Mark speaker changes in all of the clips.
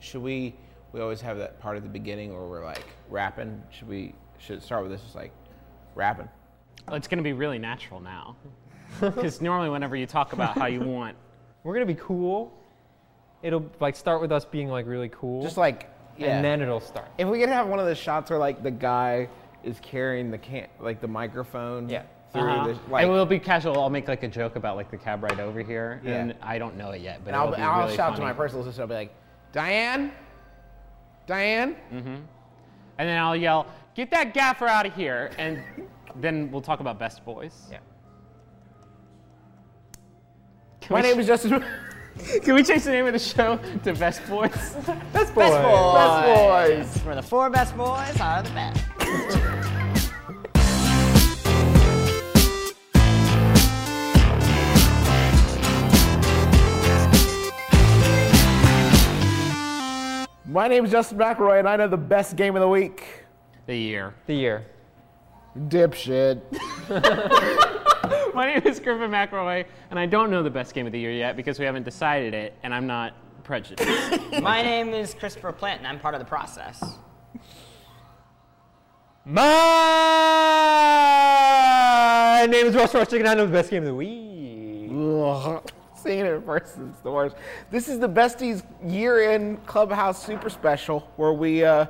Speaker 1: should we? We always have that part at the beginning where we're like rapping. Should we? Should it start with this? Just like rapping.
Speaker 2: Well, it's going to be really natural now. Because normally, whenever you talk about how you want,
Speaker 3: We're gonna be cool. It'll like start with us being like really cool.
Speaker 1: Just like yeah.
Speaker 3: and then it'll start.
Speaker 1: if we could have one of the shots where like the guy is carrying the can like the microphone.
Speaker 3: Yeah.
Speaker 1: Through
Speaker 2: Uh-huh.
Speaker 1: the like.
Speaker 4: and we'll be casual. I'll make like a joke about like the cab ride over here,
Speaker 1: Yeah.
Speaker 4: and I don't know it yet, but
Speaker 1: And I'll,
Speaker 4: it'll be
Speaker 1: I'll
Speaker 4: really
Speaker 1: shout to my
Speaker 4: funny.
Speaker 1: personal assistant. I'll be like, Diane, Diane.
Speaker 2: and then I'll yell, "Get that gaffer out of here!" And then we'll talk about best boys.
Speaker 3: Yeah.
Speaker 2: Can
Speaker 1: My
Speaker 2: we
Speaker 1: name is Justin.
Speaker 2: ch- Can we change the name of the show to Best Boys?
Speaker 3: That's boy.
Speaker 1: Best boys.
Speaker 5: We're the four best boys are the best.
Speaker 1: My name is Justin McElroy, and I know the best game of the week.
Speaker 2: the year.
Speaker 3: The year.
Speaker 1: Dipshit.
Speaker 2: My name is Griffin McElroy, and I don't know the best game of the year yet because we haven't decided it, and I'm not prejudiced.
Speaker 5: My name is Christopher Plant, and I'm part of the process.
Speaker 3: My name is Ross Ross Chicken. I know the best game of the week.
Speaker 1: Ugh. Seeing it in person is the worst. This is the besties year in Clubhouse Super Special where we, uh,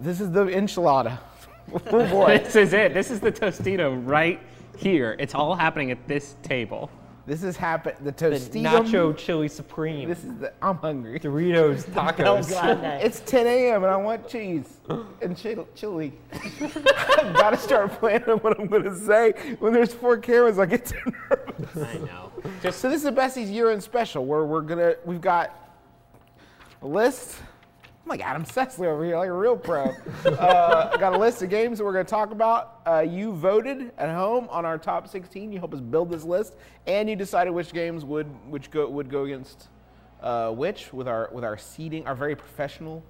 Speaker 1: this is the enchilada. oh boy.
Speaker 2: this is it. This is the Tostito right here. It's all happening at this table.
Speaker 1: This is happen. The
Speaker 3: The
Speaker 1: Tostitos.
Speaker 3: Nacho Chili Supreme.
Speaker 1: um, This is the. I'm hungry.
Speaker 3: Doritos
Speaker 5: Oh,
Speaker 3: tacos.
Speaker 1: It's 10 a.m. and I want cheese and chil- chili. I've got to start planning what I'm going to say when there's four cameras. I get so nervous.
Speaker 2: I know. Just
Speaker 1: So this is the Bessie's year-end special where we're gonna we've got a list. Oh I'm like Adam Sessler over here, like a real pro. uh, got a list of games that we're gonna talk about. Uh, you voted at home on our top 16. You helped us build this list, and you decided which games would which go would go against uh, which with our with our seating, our very professional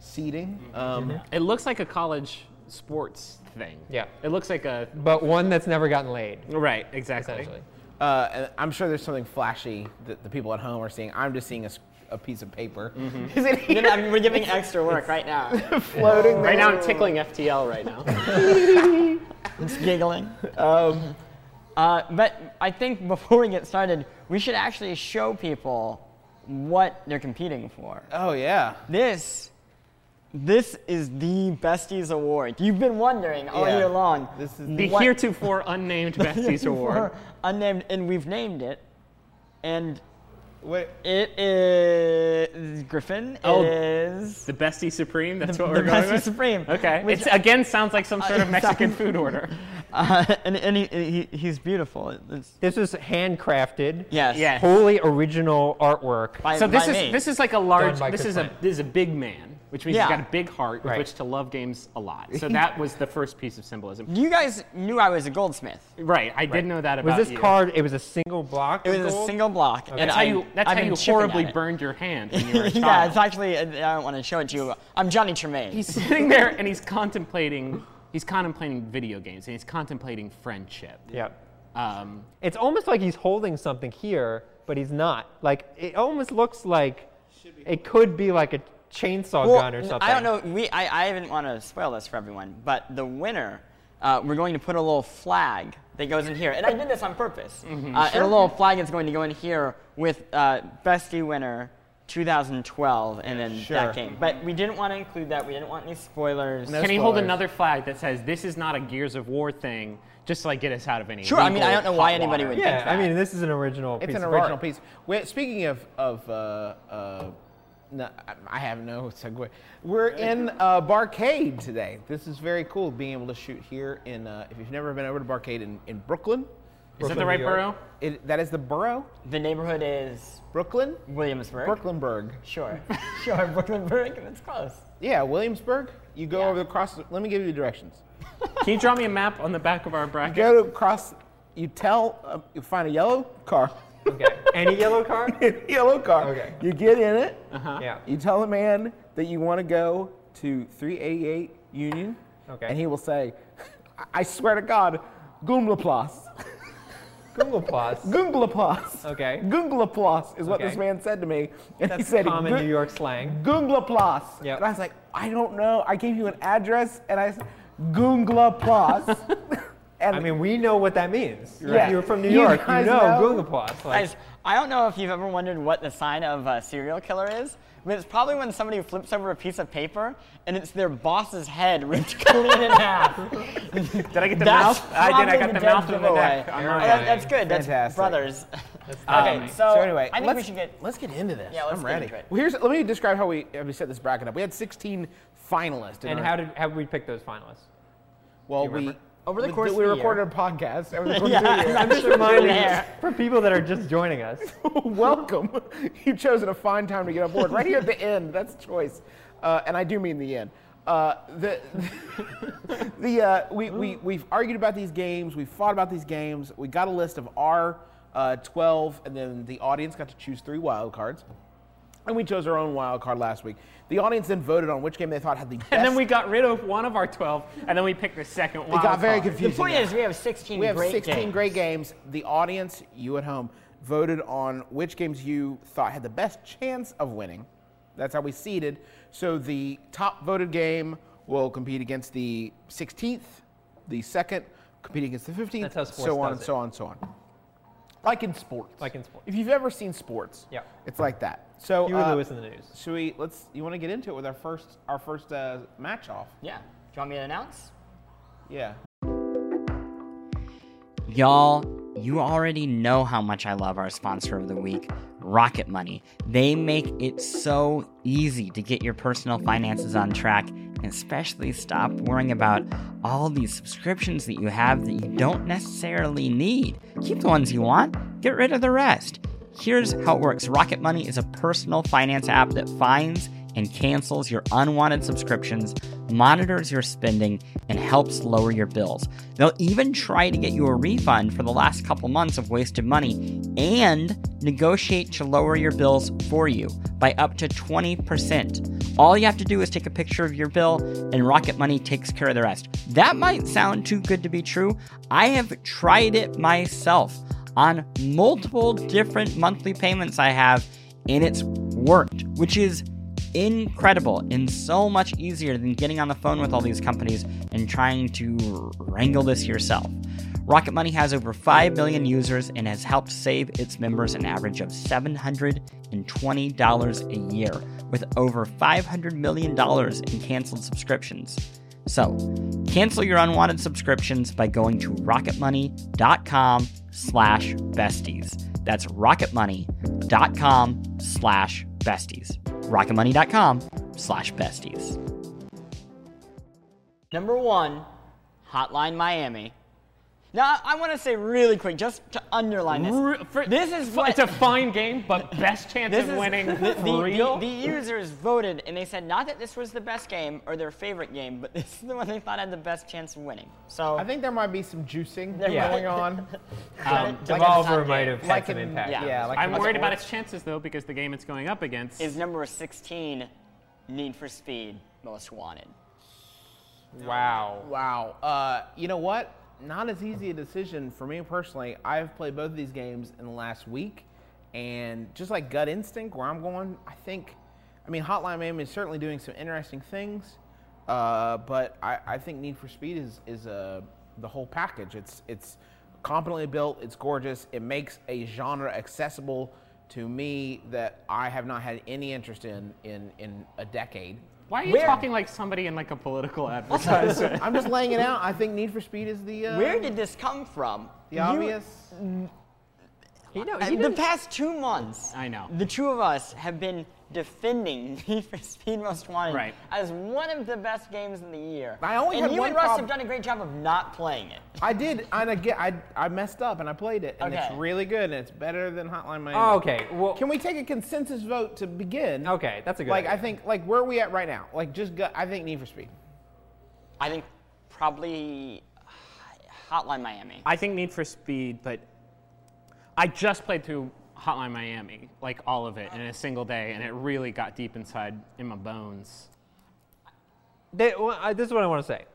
Speaker 1: seating. Um,
Speaker 2: it looks like a college sports thing.
Speaker 3: Yeah.
Speaker 2: It looks like a
Speaker 3: But one that's never gotten laid,
Speaker 2: right, exactly.
Speaker 3: essentially.
Speaker 1: Uh, and I'm sure there's something flashy that the people at home are seeing. I'm just seeing a, s- a piece of paper. Is it
Speaker 5: You know, I mean, we're giving extra work right now.
Speaker 1: floating
Speaker 2: Right now I'm tickling FTL right now.
Speaker 5: It's giggling. Uh, but I think before we get started, we should actually show people what they're competing for.
Speaker 1: Oh yeah.
Speaker 5: This, this is the Besties Award. You've been wondering all
Speaker 1: Yeah.
Speaker 5: year long.
Speaker 1: This is
Speaker 2: the
Speaker 5: what-
Speaker 2: heretofore unnamed Besties Award.
Speaker 5: unnamed, and we've named it. And
Speaker 1: Wait,
Speaker 5: it is Griffin.
Speaker 2: Oh,
Speaker 5: it is
Speaker 2: The Bestie Supreme. That's what
Speaker 5: the
Speaker 2: we're going
Speaker 5: Bestie
Speaker 2: with?
Speaker 5: Supreme,
Speaker 2: Okay.
Speaker 5: which-
Speaker 2: It's again sounds like some sort
Speaker 5: Uh,
Speaker 2: of Mexican
Speaker 5: sounds-
Speaker 2: food order.
Speaker 5: uh, and, and he, he, he's beautiful. It's,
Speaker 3: This was handcrafted.
Speaker 5: yes.
Speaker 2: Yeah.
Speaker 3: Wholly original artwork.
Speaker 5: By,
Speaker 2: So this
Speaker 5: by
Speaker 2: is
Speaker 5: me.
Speaker 2: this is like a large.
Speaker 3: Done by
Speaker 2: This
Speaker 3: Chris
Speaker 2: is a
Speaker 3: Plant.
Speaker 2: this is a big man, which means
Speaker 5: Yeah.
Speaker 2: he's got a big heart with
Speaker 3: Right.
Speaker 2: which to love games a lot. So that was the first piece of symbolism.
Speaker 5: You guys knew I was a goldsmith.
Speaker 2: Right. I did know that
Speaker 3: was
Speaker 2: about
Speaker 3: this
Speaker 2: you.
Speaker 3: card? It was a single block.
Speaker 5: It was
Speaker 3: of
Speaker 5: a
Speaker 3: gold?
Speaker 5: single block, and
Speaker 2: That's
Speaker 5: I,
Speaker 2: how you. That's
Speaker 5: I've
Speaker 2: how
Speaker 5: been
Speaker 2: you
Speaker 5: chipping at
Speaker 2: horribly
Speaker 5: it.
Speaker 2: burned your hand when you were a child.
Speaker 5: yeah, it's actually. I don't want to show it to you. I'm Johnny Tremaine.
Speaker 2: he's sitting there and he's contemplating. He's contemplating video games and he's contemplating friendship.
Speaker 3: Yep.
Speaker 2: Um,
Speaker 3: It's almost like he's holding something here, but he's not. Like it almost looks like it could be like a chainsaw
Speaker 5: Well,
Speaker 3: gun or something.
Speaker 5: I don't know. We I I didn't want to spoil this for everyone, but the winner, uh, we're going to put a little flag that goes in here, and I did this on purpose. uh, And a little flag is going to go in here with uh, bestie winner. 2012, and then
Speaker 1: Sure.
Speaker 5: that game. But we didn't want to include that. We didn't want any spoilers.
Speaker 1: No
Speaker 2: can he hold
Speaker 1: spoilers.
Speaker 2: another flag that says this is not a Gears of War thing, just to like get us out of any?
Speaker 5: Sure, I mean, I
Speaker 2: legal
Speaker 5: don't know why
Speaker 2: hot
Speaker 5: anybody
Speaker 2: water?
Speaker 5: would
Speaker 3: Yeah,
Speaker 5: think
Speaker 3: I
Speaker 5: that.
Speaker 3: mean, this is an original.
Speaker 1: It's
Speaker 3: piece
Speaker 1: an
Speaker 3: of
Speaker 1: original
Speaker 3: art.
Speaker 1: piece. Wait, speaking of of uh, uh, no, I- I have no segue. We're in uh, Barcade today. This is very cool being able to shoot here in. Uh, if you've never been over to Barcade in, in Brooklyn,
Speaker 2: Is that
Speaker 3: Brooklyn,
Speaker 2: the right
Speaker 3: New York.
Speaker 2: borough?
Speaker 1: it, that is the borough,
Speaker 5: The neighborhood is
Speaker 1: Brooklyn,
Speaker 5: Williamsburg.
Speaker 1: Brooklynburg.
Speaker 5: Sure, sure, Brooklynburg. That's close.
Speaker 1: Yeah, Williamsburg. You go
Speaker 5: Yeah.
Speaker 1: over the cross. Let me give you directions.
Speaker 2: Can you draw me a map on the back of our bracket?
Speaker 1: Go to cross. You tell. Uh, you find a yellow car.
Speaker 3: Okay. Any yellow card?
Speaker 1: yellow car.
Speaker 3: Okay. Uh-huh.
Speaker 1: You get in it.
Speaker 3: yeah.
Speaker 1: You tell a man that you want to go to 388 Union,
Speaker 3: Okay.
Speaker 1: and he will say, "I- "I swear to God, Goomblaplas."
Speaker 3: Google Plus.
Speaker 1: Google applause.
Speaker 3: Okay.
Speaker 1: Google applause is what
Speaker 3: Okay.
Speaker 1: this man said to me. And he
Speaker 3: That's
Speaker 1: said,
Speaker 3: common
Speaker 1: "Goo-
Speaker 3: New York slang.
Speaker 1: Google applause.
Speaker 3: Yep.
Speaker 1: And I was like, I don't know. I gave you an address and I said, Google applause. and
Speaker 3: I mean, we know what that means.
Speaker 1: Yeah.
Speaker 3: If you're from New
Speaker 1: You
Speaker 3: York, you,
Speaker 1: guys
Speaker 3: know,
Speaker 1: know?
Speaker 3: Google Plus. Like,
Speaker 5: Guys, I don't know if you've ever wondered what the sign of a serial killer is, but it's probably when somebody flips over a piece of paper and it's their boss's head ripped clean in half.
Speaker 2: Did I get the
Speaker 5: That's
Speaker 2: mouth? I did. I got
Speaker 5: probably
Speaker 2: the mouth
Speaker 5: dead
Speaker 2: and the neck.
Speaker 5: giveaway.
Speaker 2: I'm
Speaker 5: Oh,
Speaker 2: not
Speaker 5: that-
Speaker 2: kidding.
Speaker 5: that's good. That's
Speaker 1: Fantastic.
Speaker 5: brothers. okay,
Speaker 2: amazing.
Speaker 5: so,
Speaker 1: So anyway,
Speaker 5: I think we
Speaker 1: let's-
Speaker 5: should get.
Speaker 1: let's get into this.
Speaker 5: Yeah, let's
Speaker 1: I'm
Speaker 5: get
Speaker 1: ready.
Speaker 5: into it.
Speaker 1: Well, here's let me describe how we, how we set this bracket up. We had 16 finalists. In
Speaker 3: and
Speaker 1: our,
Speaker 3: how did how did we pick those finalists?
Speaker 1: well
Speaker 3: you
Speaker 1: we
Speaker 3: remember?
Speaker 5: Over the
Speaker 1: we-
Speaker 5: course of
Speaker 1: we
Speaker 5: the year.
Speaker 1: recorded a podcast. Over the course of the year.
Speaker 5: yeah,
Speaker 3: I'm just reminding
Speaker 5: There.
Speaker 3: for people that are just joining us.
Speaker 1: Welcome. You've chosen a fine time to get on board. Right here at the end. That's choice. Uh, and I do mean the end. Uh, the the uh, we, we, we've argued about these games. We've fought about these games. We got a list of our uh, 12, and then the audience got to choose three wild cards. And we chose our own wild card last week. The audience then voted on which game they thought had the best.
Speaker 2: And then we got rid of one of our 12, and then we picked the second one.
Speaker 1: it got very
Speaker 5: The
Speaker 1: confusing.
Speaker 5: point is, we have 16
Speaker 1: We have
Speaker 5: great
Speaker 1: 16
Speaker 5: games.
Speaker 1: great games. The audience, you at home, voted on which games you thought had the best chance of winning. That's how we seeded. So the top voted game will compete against the 16th, the second compete against the 15th,
Speaker 3: That's how sports
Speaker 1: so on
Speaker 3: does
Speaker 1: and
Speaker 3: it.
Speaker 1: so on and so on. Like in sports.
Speaker 3: Like in sports.
Speaker 1: If you've ever seen sports,
Speaker 3: Yeah.
Speaker 1: it's like that. So
Speaker 3: You and
Speaker 1: uh,
Speaker 3: Lewis in the news.
Speaker 1: Should we? Let's. You want to get into it with our first our first uh, match off?
Speaker 5: Yeah. Do you want me to announce?
Speaker 1: Yeah.
Speaker 5: Y'all, you already know how much I love our sponsor of the week, Rocket Money. They make it so easy to get your personal finances on track and especially stop worrying about all these subscriptions that you have that you don't necessarily need. Keep the ones you want, get rid of the rest. Here's how it works Rocket Money is a personal finance app that finds and cancels your unwanted subscriptions, monitors your spending, and helps lower your bills. They'll even try to get you a refund for the last couple months of wasted money and negotiate to lower your bills for you by up to 20%. All you have to do is take a picture of your bill, and Rocket Money takes care of the rest. That might sound too good to be true. I have tried it myself on multiple different monthly payments I have, and it's worked, which is incredible and so much easier than getting on the phone with all these companies and trying to wrangle this yourself. Rocket Money has over 5 million users and has helped save its members an average of $720 a year with over $500 million in canceled subscriptions. So, cancel your unwanted subscriptions by going to rocketmoney.com slash besties. That's rocketmoney.com slash besties. rocketmoney.com slash besties. Number one, Hotline Miami. Now, I want to say really quick, just to underline this.
Speaker 2: Re- for-
Speaker 5: this is
Speaker 2: fu-
Speaker 5: what-
Speaker 2: it's a fine game, but best chance
Speaker 5: This
Speaker 2: of
Speaker 5: is-
Speaker 2: winning
Speaker 5: the, the-
Speaker 2: for real.
Speaker 5: the- the users voted, and they said not that this was the best game or their favorite game, but this is the one they thought had the best chance of winning. So
Speaker 1: I think there might be some juicing
Speaker 5: Yeah.
Speaker 1: going on.
Speaker 3: Um,
Speaker 5: like
Speaker 3: Devolver
Speaker 5: in-
Speaker 3: might have had
Speaker 1: like
Speaker 3: some
Speaker 1: in-
Speaker 3: impact.
Speaker 5: yeah.
Speaker 1: Yeah, like
Speaker 2: I'm
Speaker 1: in
Speaker 2: worried about
Speaker 1: sports.
Speaker 2: its chances though, because the game it's going up against
Speaker 5: is number 16, Need for Speed Most Wanted.
Speaker 3: Wow.
Speaker 1: Wow. Uh, you know what? Not as easy a decision for me personally. I've played both of these games in the last week, and just like gut instinct, where I'm going, I think, I mean, Hotline Miami is certainly doing some interesting things, uh, but I, I think Need for Speed is is uh, the whole package. It's it's competently built. It's gorgeous. It makes a genre accessible to me that I have not had any interest in in in a decade.
Speaker 2: Why are you
Speaker 5: Where-
Speaker 2: talking like somebody in like a political advertisement?
Speaker 1: I'm just laying it out. I think Need for Speed is the uh,
Speaker 5: Where did this come from?
Speaker 1: the
Speaker 5: You-
Speaker 1: obvious.
Speaker 3: You know,
Speaker 5: uh,
Speaker 3: he
Speaker 5: the
Speaker 3: doesn't-
Speaker 5: past two months,
Speaker 2: I know.
Speaker 5: The two of us have been defending Need for Speed Most Wanted
Speaker 2: Right.
Speaker 5: as one of the best games of the year.
Speaker 1: I only
Speaker 5: and
Speaker 1: had
Speaker 5: you
Speaker 1: one
Speaker 5: and Russ
Speaker 1: problem.
Speaker 5: have done a great job of not playing it.
Speaker 1: I did, and again, I I messed up and I played it, and it's
Speaker 5: Okay.
Speaker 1: really good, and it's better than Hotline Miami.
Speaker 3: Oh, okay. Well,
Speaker 1: Can we take a consensus vote to begin?
Speaker 3: Okay, that's a good
Speaker 1: Like I
Speaker 3: idea.
Speaker 1: think, like where are we at right now? Like just, go, I think Need for Speed.
Speaker 5: I think probably Hotline Miami.
Speaker 2: I think Need for Speed, but I just played through Hotline Miami, like all of it in a single day, and it really got deep inside in my bones.
Speaker 3: They, well, I, this is what I want to say.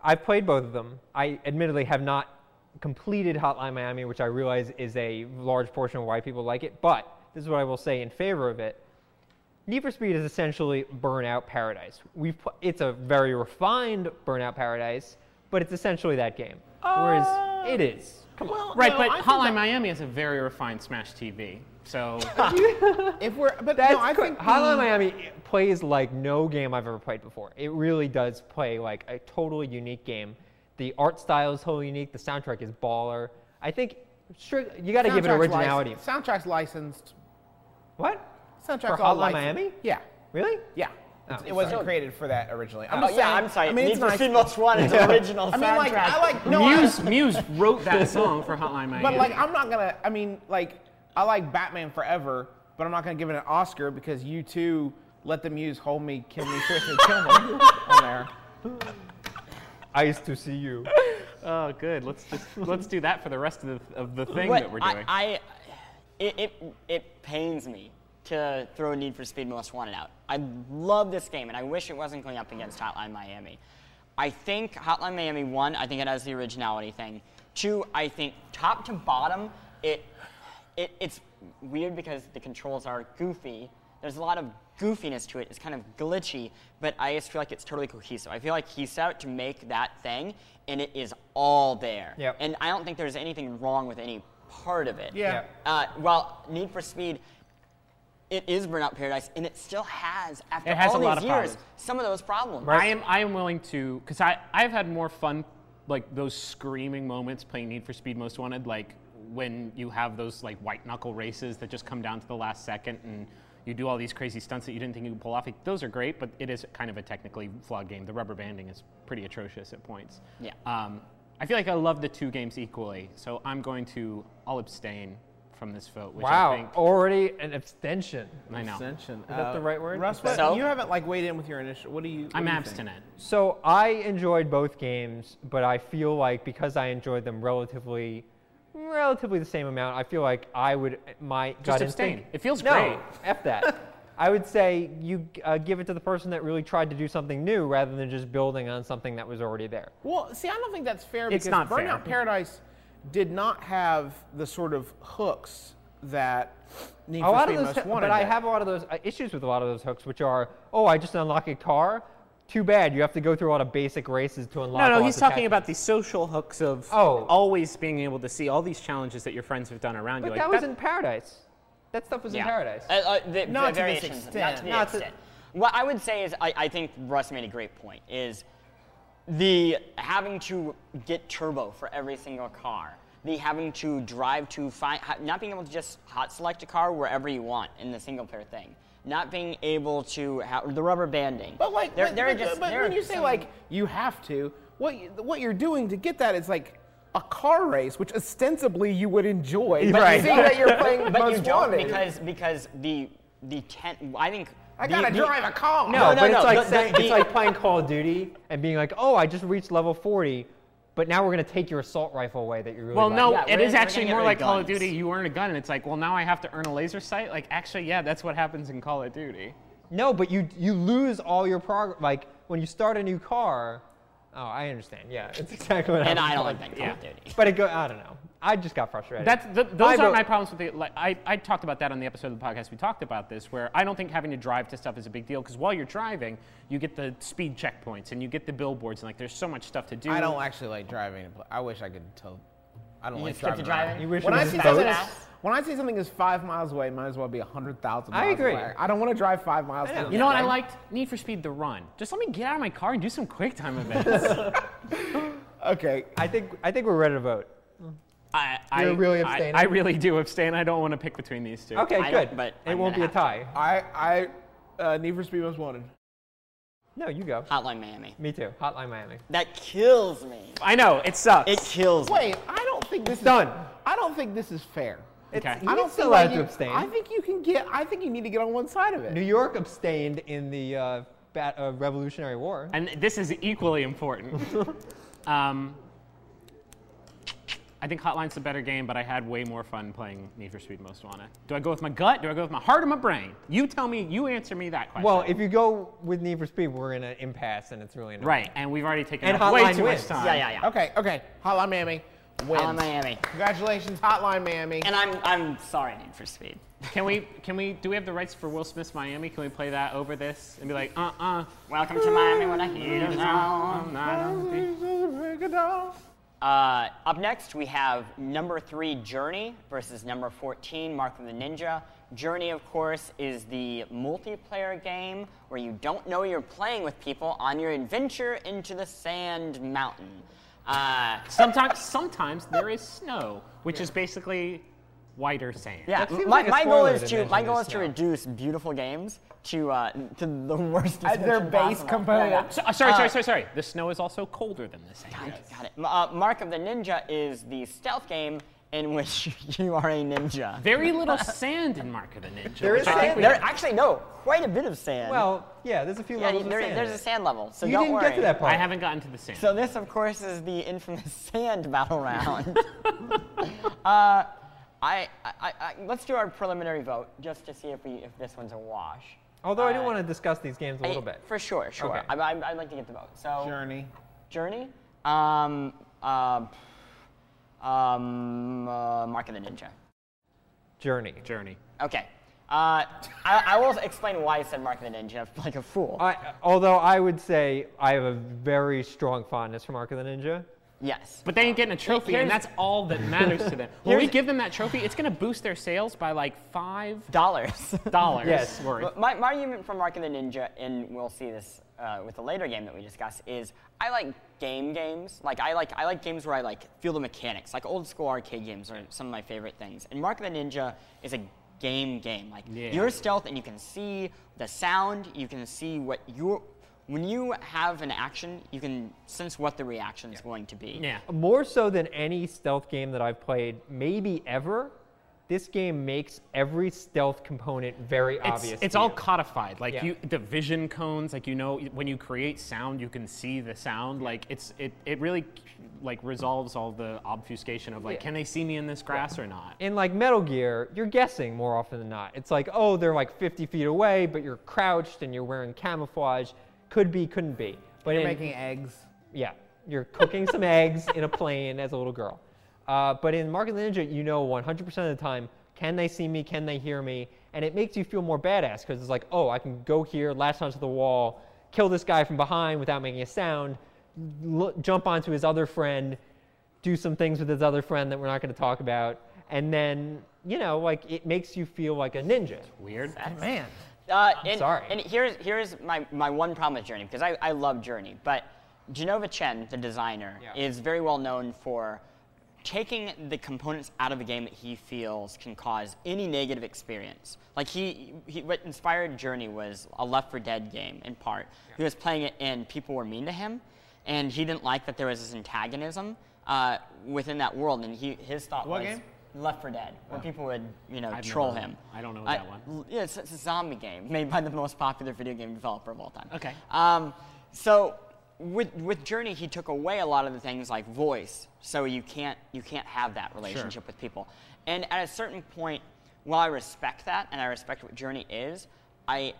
Speaker 3: I've played both of them. I admittedly have not completed Hotline Miami, which I realize is a large portion of why people like it. But this is what I will say in favor of it. Need for Speed is essentially Burnout Paradise. We've pu- it's a very refined Burnout Paradise, but it's essentially that game. Whereas it is. Come on.
Speaker 1: Well,
Speaker 2: Right,
Speaker 1: Oh, no,
Speaker 2: but
Speaker 1: I think
Speaker 2: Hotline
Speaker 1: that-
Speaker 2: Miami is a very refined Smash TV. So
Speaker 1: If we're, but
Speaker 3: That's
Speaker 1: no, I
Speaker 3: cr-
Speaker 1: think
Speaker 3: Hotline
Speaker 1: the-
Speaker 3: Miami plays like no game I've ever played before. It really does play like a totally unique game. The art style is totally unique. The soundtrack is baller. I think sure, you got to give it
Speaker 1: soundtrack's
Speaker 3: originality.
Speaker 1: lic- soundtrack's licensed.
Speaker 3: What?
Speaker 1: Soundtrack's
Speaker 3: For
Speaker 1: all
Speaker 3: Hotline
Speaker 1: licensed.
Speaker 3: Miami?
Speaker 1: Yeah,
Speaker 3: Really?
Speaker 1: yeah.
Speaker 3: Oh,
Speaker 1: it wasn't
Speaker 5: sorry.
Speaker 1: created for that originally. I'm
Speaker 5: Oh,
Speaker 1: just
Speaker 5: yeah,
Speaker 1: saying-
Speaker 5: I'm sorry.
Speaker 1: I mean,
Speaker 5: Need
Speaker 1: it's
Speaker 5: for
Speaker 1: nice.
Speaker 5: Speed Most Wanted's original
Speaker 1: I mean, like,
Speaker 5: soundtrack.
Speaker 1: I like no. I-
Speaker 2: Muse Muse wrote that song for Hotline Miami.
Speaker 1: But like, I'm not gonna. I mean, like, I like Batman Forever, but I'm not gonna give it an Oscar because you two let them use "Hold Me, Kill Me, Twist Me, Kill Me" on there.
Speaker 3: I used to see you.
Speaker 2: oh, good. Let's just let's do that for the rest of the, of the thing
Speaker 5: What
Speaker 2: that we're
Speaker 5: I-
Speaker 2: doing.
Speaker 5: I, it, it, it pains me to throw Need for Speed Most Wanted out. I love this game, and I wish it wasn't going up against Hotline Miami. I think Hotline Miami one. I think it has the originality thing. Two. I think top to bottom, it, it it's weird because the controls are goofy. There's a lot of goofiness to it. It's kind of glitchy, but I just feel like it's totally cohesive. I feel like he set out to make that thing, and it is all there.
Speaker 3: Yep.
Speaker 5: And I don't think there's anything wrong with any part of it.
Speaker 1: Yeah.
Speaker 5: Uh, while Need for Speed, it is Burnout Paradise, and it still has after
Speaker 2: It has
Speaker 5: all
Speaker 2: a
Speaker 5: these
Speaker 2: lot of
Speaker 5: years
Speaker 2: problems.
Speaker 5: some of those problems.
Speaker 2: I am I am willing to because I I've had more fun like those screaming moments playing Need for Speed Most Wanted like when you have those like white knuckle races that just come down to the last second and you do all these crazy stunts that you didn't think you could pull off. Like, those are great, but it is kind of a technically flawed game. The rubber banding is pretty atrocious at points.
Speaker 5: Yeah.
Speaker 2: Um, I feel like I love the two games equally, so I'm going to I'll abstain from this vote, which I
Speaker 3: Wow.
Speaker 2: think
Speaker 1: Oh,
Speaker 3: Already an abstention.
Speaker 2: I know.
Speaker 1: Abstention.
Speaker 3: that the right word?
Speaker 1: Uh, Russ, what,
Speaker 5: So-
Speaker 1: you haven't like weighed in with your initial. What do you? what
Speaker 2: I'm
Speaker 1: do you
Speaker 2: abstinent.
Speaker 3: So I enjoyed both games, but I feel like because I enjoyed them relatively, relatively the same amount, I feel like I would my gut
Speaker 2: abstain.
Speaker 3: instinct-
Speaker 2: It feels
Speaker 3: no,
Speaker 2: great.
Speaker 3: F that. I would say you uh, give it to the person that really tried to do something new rather than just building on something that was already there.
Speaker 1: Think? Well, see, I don't think that's fair
Speaker 2: It's
Speaker 1: because
Speaker 2: not fair.
Speaker 1: Burnout Paradise did not have the sort of hooks that Need
Speaker 3: a
Speaker 1: for
Speaker 3: lot
Speaker 1: Speed
Speaker 3: of those,
Speaker 1: Most
Speaker 3: hoo-
Speaker 1: Wanted.
Speaker 3: but I
Speaker 1: did.
Speaker 3: have a lot of those uh, issues with a lot of those hooks, which are, oh, I just unlock a car. Too bad you have to go through a lot of basic races to unlock.
Speaker 2: No, no,
Speaker 3: lots
Speaker 2: he's
Speaker 3: of
Speaker 2: talking
Speaker 3: tactics.
Speaker 2: about the social hooks of
Speaker 3: Oh.
Speaker 2: always being able to see all these challenges that your friends have done around
Speaker 3: But
Speaker 2: you.
Speaker 3: that
Speaker 2: Like,
Speaker 3: was in paradise. That stuff was in
Speaker 2: Yeah.
Speaker 3: paradise.
Speaker 5: Uh, uh, the,
Speaker 1: Not
Speaker 5: the
Speaker 1: to this
Speaker 5: variations, Not
Speaker 1: extent.
Speaker 5: to the
Speaker 1: Not to-
Speaker 5: extent. what I would say is, I, I think Russ made a great point. Is the having to get turbo for every single car, the having to drive to find, not being able to just hot select a car wherever you want in the single player thing, not being able to have the rubber banding.
Speaker 1: But like,
Speaker 5: there,
Speaker 1: but,
Speaker 5: there are
Speaker 1: but-
Speaker 5: just
Speaker 1: but
Speaker 5: there
Speaker 1: when
Speaker 5: are
Speaker 1: you say
Speaker 5: some-
Speaker 1: like you have to, what you- what you're doing to get that is like a car race, which ostensibly you would enjoy. But
Speaker 2: Right.
Speaker 1: you see that you're playing
Speaker 5: but
Speaker 1: most
Speaker 5: you don't
Speaker 1: wanted.
Speaker 5: because because the the tent. I think
Speaker 1: I
Speaker 5: the-
Speaker 1: gotta
Speaker 5: the-
Speaker 1: drive a car.
Speaker 3: No,
Speaker 5: No,
Speaker 3: but
Speaker 5: no,
Speaker 3: it's
Speaker 5: no,
Speaker 3: like
Speaker 5: the- the-
Speaker 3: saying, it's
Speaker 5: the-
Speaker 3: like playing Call of Duty and being like, oh, I just reached level 40, but now we're gonna take your assault rifle away that you really
Speaker 2: well,
Speaker 3: like.
Speaker 2: no,
Speaker 5: Yeah,
Speaker 2: it
Speaker 5: we're-
Speaker 2: is
Speaker 5: we're
Speaker 2: actually
Speaker 5: gonna get
Speaker 2: more
Speaker 5: rid
Speaker 2: like
Speaker 5: of
Speaker 2: Call of
Speaker 5: guns.
Speaker 2: Duty. You earn a gun, and it's like, well, now I have to earn a laser sight. Like, actually, yeah, that's what happens in Call of Duty.
Speaker 3: no, but you you lose all your progress. Like when you start a new car. Oh, I understand. Yeah, it's exactly what
Speaker 5: And I
Speaker 3: happened.
Speaker 5: don't like that Call of
Speaker 2: Yeah.
Speaker 5: Duty.
Speaker 3: But it go. I don't know. I just got frustrated.
Speaker 2: That's th- those
Speaker 3: My
Speaker 2: aren't
Speaker 3: vote-
Speaker 2: my problems with it. Like, I, I talked about that on the episode of the podcast. We talked about this where I don't think having to drive to stuff is a big deal because while you're driving, you get the speed checkpoints and you get the billboards and like there's so much stuff to do.
Speaker 1: I don't actually like driving. but I wish I could tell. I don't
Speaker 5: You
Speaker 1: like
Speaker 5: just skip to
Speaker 1: driving.
Speaker 5: driving?
Speaker 3: You wish
Speaker 1: when
Speaker 3: it
Speaker 1: I
Speaker 3: was
Speaker 1: see
Speaker 3: boats?
Speaker 1: something, is- when I see something is five miles away, it might as well be a hundred thousand.
Speaker 3: I
Speaker 1: miles
Speaker 3: agree.
Speaker 1: Away. I don't want to drive five miles.
Speaker 3: know.
Speaker 2: You know what I liked? Need for Speed the Run. Just let me get out of my car and do some quick time events.
Speaker 1: Okay.
Speaker 3: I think I think we're ready to vote.
Speaker 2: I, I,
Speaker 3: You're really
Speaker 2: I-
Speaker 3: abstaining?
Speaker 2: I, really do abstain. I don't want to pick between these two.
Speaker 3: Okay,
Speaker 5: I don't-
Speaker 3: good.
Speaker 5: but
Speaker 3: it
Speaker 5: I'm
Speaker 3: won't be
Speaker 5: gonna
Speaker 3: a tie.
Speaker 1: I I uh, Need for Speed Most Wanted.
Speaker 3: No, you go.
Speaker 5: Hotline Miami.
Speaker 3: Me too. Hotline Miami.
Speaker 5: That kills me.
Speaker 2: I know, it sucks.
Speaker 5: It kills me.
Speaker 1: Wait, I don't think this is
Speaker 3: Done.
Speaker 1: I don't think this is fair.
Speaker 2: Okay.
Speaker 3: It's, I don't
Speaker 1: think
Speaker 3: still allowed
Speaker 1: you-
Speaker 3: to abstain.
Speaker 1: I think you can get. I think you need to get on one side of it.
Speaker 3: New York abstained in the uh, bat, uh, Revolutionary War.
Speaker 2: and this is equally important. um, I think Hotline's the better game, but I had way more fun playing Need for Speed Most Wanted. Do I go with my gut? Do I go with my heart or my brain? You tell me. You answer me that question.
Speaker 3: Well, if you go with Need for Speed, we're in an impasse, and it's really annoying.
Speaker 2: right, and we've already taken
Speaker 3: And
Speaker 2: up way
Speaker 3: Hotline
Speaker 2: too
Speaker 3: wins.
Speaker 2: much time.
Speaker 5: Yeah, yeah, yeah.
Speaker 1: Okay, okay. Hotline Miami.
Speaker 5: Hotline Miami.
Speaker 1: Congratulations, Hotline Miami.
Speaker 5: And I'm, I'm sorry, Need for Speed.
Speaker 2: Can we? Can we? Do we have the rights for Will Smith's Miami? Can we play that over this and be like, uh, uh,
Speaker 5: Welcome to Miami, when I hear the sound. Uh, up next, we have number three, Journey, versus number 14, Mark of the Ninja. Journey, of course, is the multiplayer game where you don't know you're playing with people on your adventure into the sand mountain. Uh,
Speaker 2: Sometimes, sometimes there is snow, which is basically whiter sand.
Speaker 5: yeah,
Speaker 3: seems
Speaker 5: my,
Speaker 3: like a
Speaker 5: my goal
Speaker 3: spoiler
Speaker 5: is
Speaker 3: to
Speaker 5: to
Speaker 3: mention
Speaker 5: my goal
Speaker 3: this
Speaker 5: is to
Speaker 3: now.
Speaker 5: reduce beautiful games to uh, to the worst.
Speaker 1: As their
Speaker 5: description
Speaker 1: base
Speaker 5: possible.
Speaker 1: component.
Speaker 5: Yeah, yeah.
Speaker 2: So- uh, sorry, sorry, sorry, sorry. The snow is also colder than the sand.
Speaker 5: I Got it. M- Uh, Mark of the Ninja is the stealth game in which you are a ninja.
Speaker 2: Very little sand in Mark of the Ninja.
Speaker 3: There
Speaker 2: which
Speaker 3: is
Speaker 2: I think
Speaker 3: sand.
Speaker 2: we-
Speaker 5: There, actually, no, quite a bit of sand.
Speaker 3: Well, yeah, there's a few
Speaker 5: yeah,
Speaker 3: levels
Speaker 5: there-
Speaker 3: of sand.
Speaker 5: there's
Speaker 3: in
Speaker 5: a
Speaker 3: it.
Speaker 5: sand level, so
Speaker 3: You
Speaker 5: don't
Speaker 3: didn't
Speaker 5: worry.
Speaker 3: get to that part.
Speaker 2: I haven't gotten to the sand.
Speaker 5: So this, of course, is the infamous sand battle round. uh, I, I, I, let's do our preliminary vote just to see if we if this one's a wash.
Speaker 3: Although I do
Speaker 5: Uh,
Speaker 3: want to discuss these games a
Speaker 5: I-
Speaker 3: little bit.
Speaker 5: For sure, sure.
Speaker 3: Okay.
Speaker 5: I, I, I'd like to get the vote. So
Speaker 1: Journey.
Speaker 5: Journey, um, uh, um, uh, Mark of the Ninja.
Speaker 3: Journey.
Speaker 2: Journey.
Speaker 5: Okay. Uh, I, I will explain why I said Mark of the Ninja like a fool.
Speaker 2: Uh,
Speaker 3: I, although I would say I have a very strong fondness for Mark of the Ninja.
Speaker 5: yes.
Speaker 2: But they ain't getting a trophy, and
Speaker 5: Here's-
Speaker 2: that's all that matters to them. When we
Speaker 5: Here's-
Speaker 2: give them that trophy, it's going to boost their sales by like five
Speaker 5: Dollars.
Speaker 2: dollars
Speaker 3: Yes.
Speaker 2: worth.
Speaker 5: But my, my argument for Mark of the Ninja, and we'll see this uh, with the later game that we discuss, is I like game games. Like I like I like games where I like feel the mechanics. Like old school arcade games are some of my favorite things. And Mark of the Ninja is a game game. Like
Speaker 2: Yeah.
Speaker 5: you're stealth, and you can see the sound. You can see what you when you have an action, you can sense what the reaction is going to be.
Speaker 2: yeah.
Speaker 3: More so than any stealth game that I've played, maybe ever, this game makes every stealth component very obvious.
Speaker 2: It's, it's
Speaker 3: to
Speaker 2: all
Speaker 3: you.
Speaker 2: codified. Like
Speaker 3: Yeah.
Speaker 2: you, the vision cones. Like you know, when you create sound, you can see the sound. Like it's it, it really like resolves all the obfuscation of like,
Speaker 3: Yeah.
Speaker 2: can they see me in this grass or not?
Speaker 3: in like Metal Gear, you're guessing more often than not. It's like, oh, they're like 50 feet away, but you're crouched and you're wearing camouflage. Could be, couldn't be. But
Speaker 1: You're
Speaker 3: in-
Speaker 1: making eggs.
Speaker 3: yeah, you're cooking some eggs in a plane as a little girl. Uh, but in Mark of the Ninja, you know 100% of the time, can they see me? Can they hear me? And it makes you feel more badass because it's like, oh, I can go here, lash onto the wall, kill this guy from behind without making a sound, lo- jump onto his other friend, do some things with his other friend that we're not going to talk about, and then you know, like it makes you feel like a ninja.
Speaker 2: Weird.
Speaker 1: Man.
Speaker 5: Uh, and,
Speaker 3: sorry.
Speaker 5: And here's here's my, my one problem with Journey because I, I love Journey, but Genova Chen, the designer,
Speaker 3: Yeah.
Speaker 5: is very well known for taking the components out of a game that he feels can cause any negative experience. Like he, he what inspired Journey was a Left 4 Dead game in part. He was playing it and people were mean to him, and he didn't like that there was this antagonism uh, within that world. And he his thought
Speaker 1: What
Speaker 5: was
Speaker 1: game?
Speaker 5: Left 4 Dead, where people would you know
Speaker 2: Oh. I've
Speaker 5: troll
Speaker 2: never-
Speaker 5: him. Uh,
Speaker 2: I don't know that one.
Speaker 5: L- Yeah, it's, it's a zombie game made by the most popular video game developer of all time.
Speaker 2: Okay.
Speaker 5: Um, so with with Journey, he took away a lot of the things like voice, so you can't you can't have that relationship with people. And at a certain point, while I respect that and I respect what Journey is, I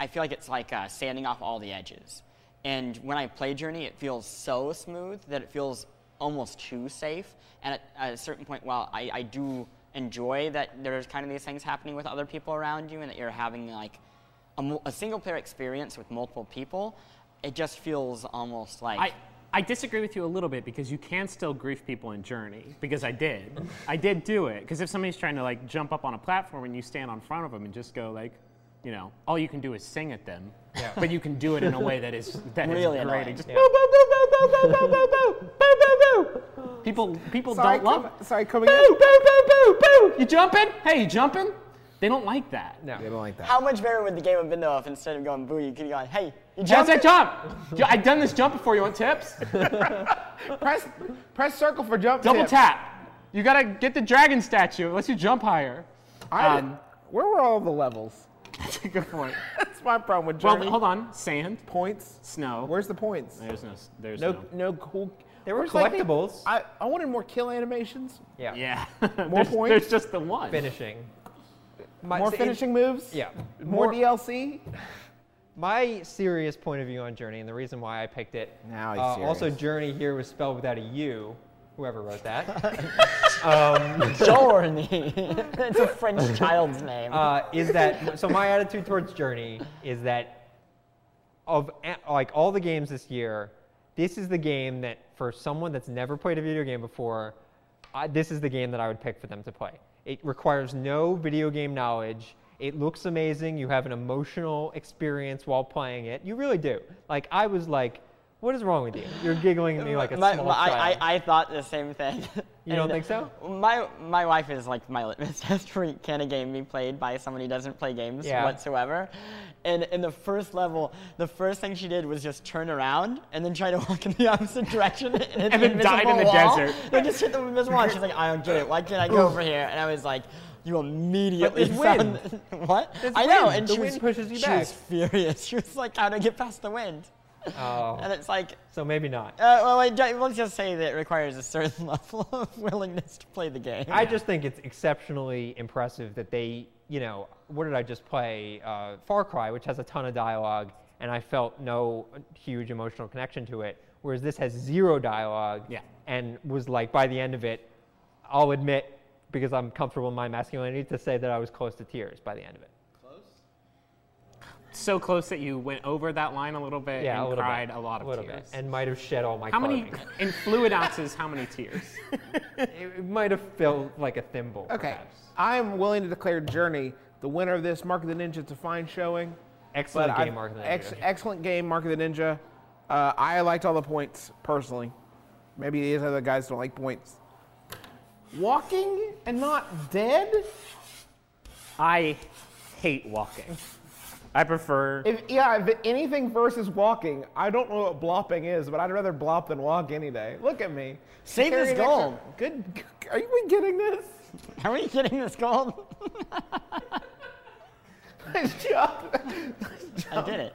Speaker 5: I feel like it's like uh, sanding off all the edges. And when I play Journey, it feels so smooth that it feels almost too safe. And at, at a certain point, while I, I do enjoy that there's kind of these things happening with other people around you and that you're having like a, mul- a single player experience with multiple people, it just feels almost like.
Speaker 2: I, I disagree with you a little bit because you can still grief people in Journey because I did. I did do it because if somebody's trying to like jump up on a platform and you stand on front of them and just go like, you know, all you can do is sing at them, but you can do it in a way that is that is
Speaker 5: Really
Speaker 2: great.
Speaker 5: annoying.
Speaker 2: Just
Speaker 3: Boo, boo, boo, boo, boo, boo, boo, boo, boo, boo, boo.
Speaker 2: people people
Speaker 1: Sorry,
Speaker 2: don't love.
Speaker 1: com- sorry, coming
Speaker 3: Boo,
Speaker 1: up.
Speaker 3: boo, boo, boo, boo.
Speaker 2: You jumping? Hey, you jumping? They don't like that.
Speaker 3: No.
Speaker 1: They don't like that.
Speaker 5: how much better would the game have been though if instead of going boo, you could have gone, hey, you
Speaker 2: How's
Speaker 5: jumped?
Speaker 2: that jump? Yo, I've done this jump before. You want tips?
Speaker 1: Press, press circle for jump.
Speaker 2: Double
Speaker 1: tips.
Speaker 2: tap. You gotta get the dragon statue. Unless you jump higher.
Speaker 1: I,
Speaker 2: Um,
Speaker 1: where were all the levels?
Speaker 2: That's a good point.
Speaker 1: That's my problem with
Speaker 2: Well,
Speaker 1: Journey.
Speaker 2: hold on. Sand.
Speaker 1: Points.
Speaker 2: Snow.
Speaker 1: Where's the points?
Speaker 2: There's no. There's no.
Speaker 1: No, no cool.
Speaker 3: There were
Speaker 1: Where's, like, the-
Speaker 3: collectibles.
Speaker 1: I, I wanted more kill animations,
Speaker 3: Yeah.
Speaker 2: Yeah. there's,
Speaker 1: points?
Speaker 2: There's just the one.
Speaker 3: Finishing. My-
Speaker 1: more
Speaker 3: so it-
Speaker 1: finishing moves.
Speaker 3: yeah.
Speaker 1: More,
Speaker 3: More-
Speaker 1: DLC.
Speaker 3: My serious point of view on Journey and the reason why I picked it.
Speaker 1: Now he's
Speaker 3: uh, also,
Speaker 1: serious.
Speaker 3: Journey here was spelled without a U, whoever wrote that.
Speaker 5: Journey. it's a French child's name.
Speaker 3: uh, is that so? My attitude towards Journey is that of a- like all the games this year, this is the game that for someone that's never played a video game before, I, this is the game that I would pick for them to play. It requires no video game knowledge. It looks amazing. You have an emotional experience while playing it. You really do. Like I was like, what is wrong with you? You're giggling at me like a
Speaker 5: My-
Speaker 3: small
Speaker 5: my- I,
Speaker 3: child.
Speaker 5: I, I thought the same thing.
Speaker 3: You don't
Speaker 5: And
Speaker 3: think so?
Speaker 5: My my wife is like my litmus test for can a game be played by someone who doesn't play games
Speaker 3: Yeah.
Speaker 5: whatsoever. And in the first level, the first thing she did was just turn around and then try to walk in the opposite direction and, hit the
Speaker 2: And then died in
Speaker 5: invisible
Speaker 2: the
Speaker 5: wall.
Speaker 2: desert.
Speaker 5: Then just hit the invisible wall. And she's like, I don't get it. Why can't I go over here? And I was like. You immediately
Speaker 3: there's
Speaker 5: sound what?
Speaker 3: There's
Speaker 5: I know,
Speaker 3: wind.
Speaker 5: and
Speaker 3: The
Speaker 5: she was,
Speaker 3: wind pushes you
Speaker 5: she was furious. She was like, "How to get past the wind?" And
Speaker 3: oh,
Speaker 5: it's like,
Speaker 3: so maybe not.
Speaker 5: uh, well, I ju- let's just say that it requires a certain level of willingness to play the game.
Speaker 3: I just think it's exceptionally impressive that they, you know, what did I just play? Uh, Far Cry, which has a ton of dialogue, and I felt no huge emotional connection to it. Whereas this has zero dialogue,
Speaker 2: Yeah.
Speaker 3: and was like by the end of it, I'll admit, because I'm comfortable in my masculinity, to say that I was close to tears by the end of it.
Speaker 2: So close that you went over that line a little bit
Speaker 3: Yeah, a
Speaker 2: and
Speaker 3: little
Speaker 2: cried
Speaker 3: bit,
Speaker 2: a lot of
Speaker 3: little
Speaker 2: tears.
Speaker 3: bit, and might have shed all my.
Speaker 2: how many
Speaker 3: clothing.
Speaker 2: in fluid ounces? How many tears?
Speaker 3: It, it might have felt like a thimble.
Speaker 1: Okay,
Speaker 3: perhaps.
Speaker 1: I am willing to declare Journey the winner of this. Mark of the Ninja's a fine showing.
Speaker 3: Excellent
Speaker 1: but
Speaker 3: game,
Speaker 1: I've-
Speaker 3: Mark. of the
Speaker 1: ex-
Speaker 3: Ninja.
Speaker 1: excellent game, Mark of the Ninja. Uh, I liked all the points personally. Maybe these other guys don't like points. Walking and not dead.
Speaker 2: I hate walking. I prefer.
Speaker 1: If yeah, if anything versus walking, I don't know what blopping is, but I'd rather blop than walk any day. Look at me.
Speaker 5: Save this
Speaker 1: Carrying extra-
Speaker 5: gold.
Speaker 1: Good. Are we getting this?
Speaker 5: Are we getting this gold?
Speaker 1: Nice job.
Speaker 5: I did it.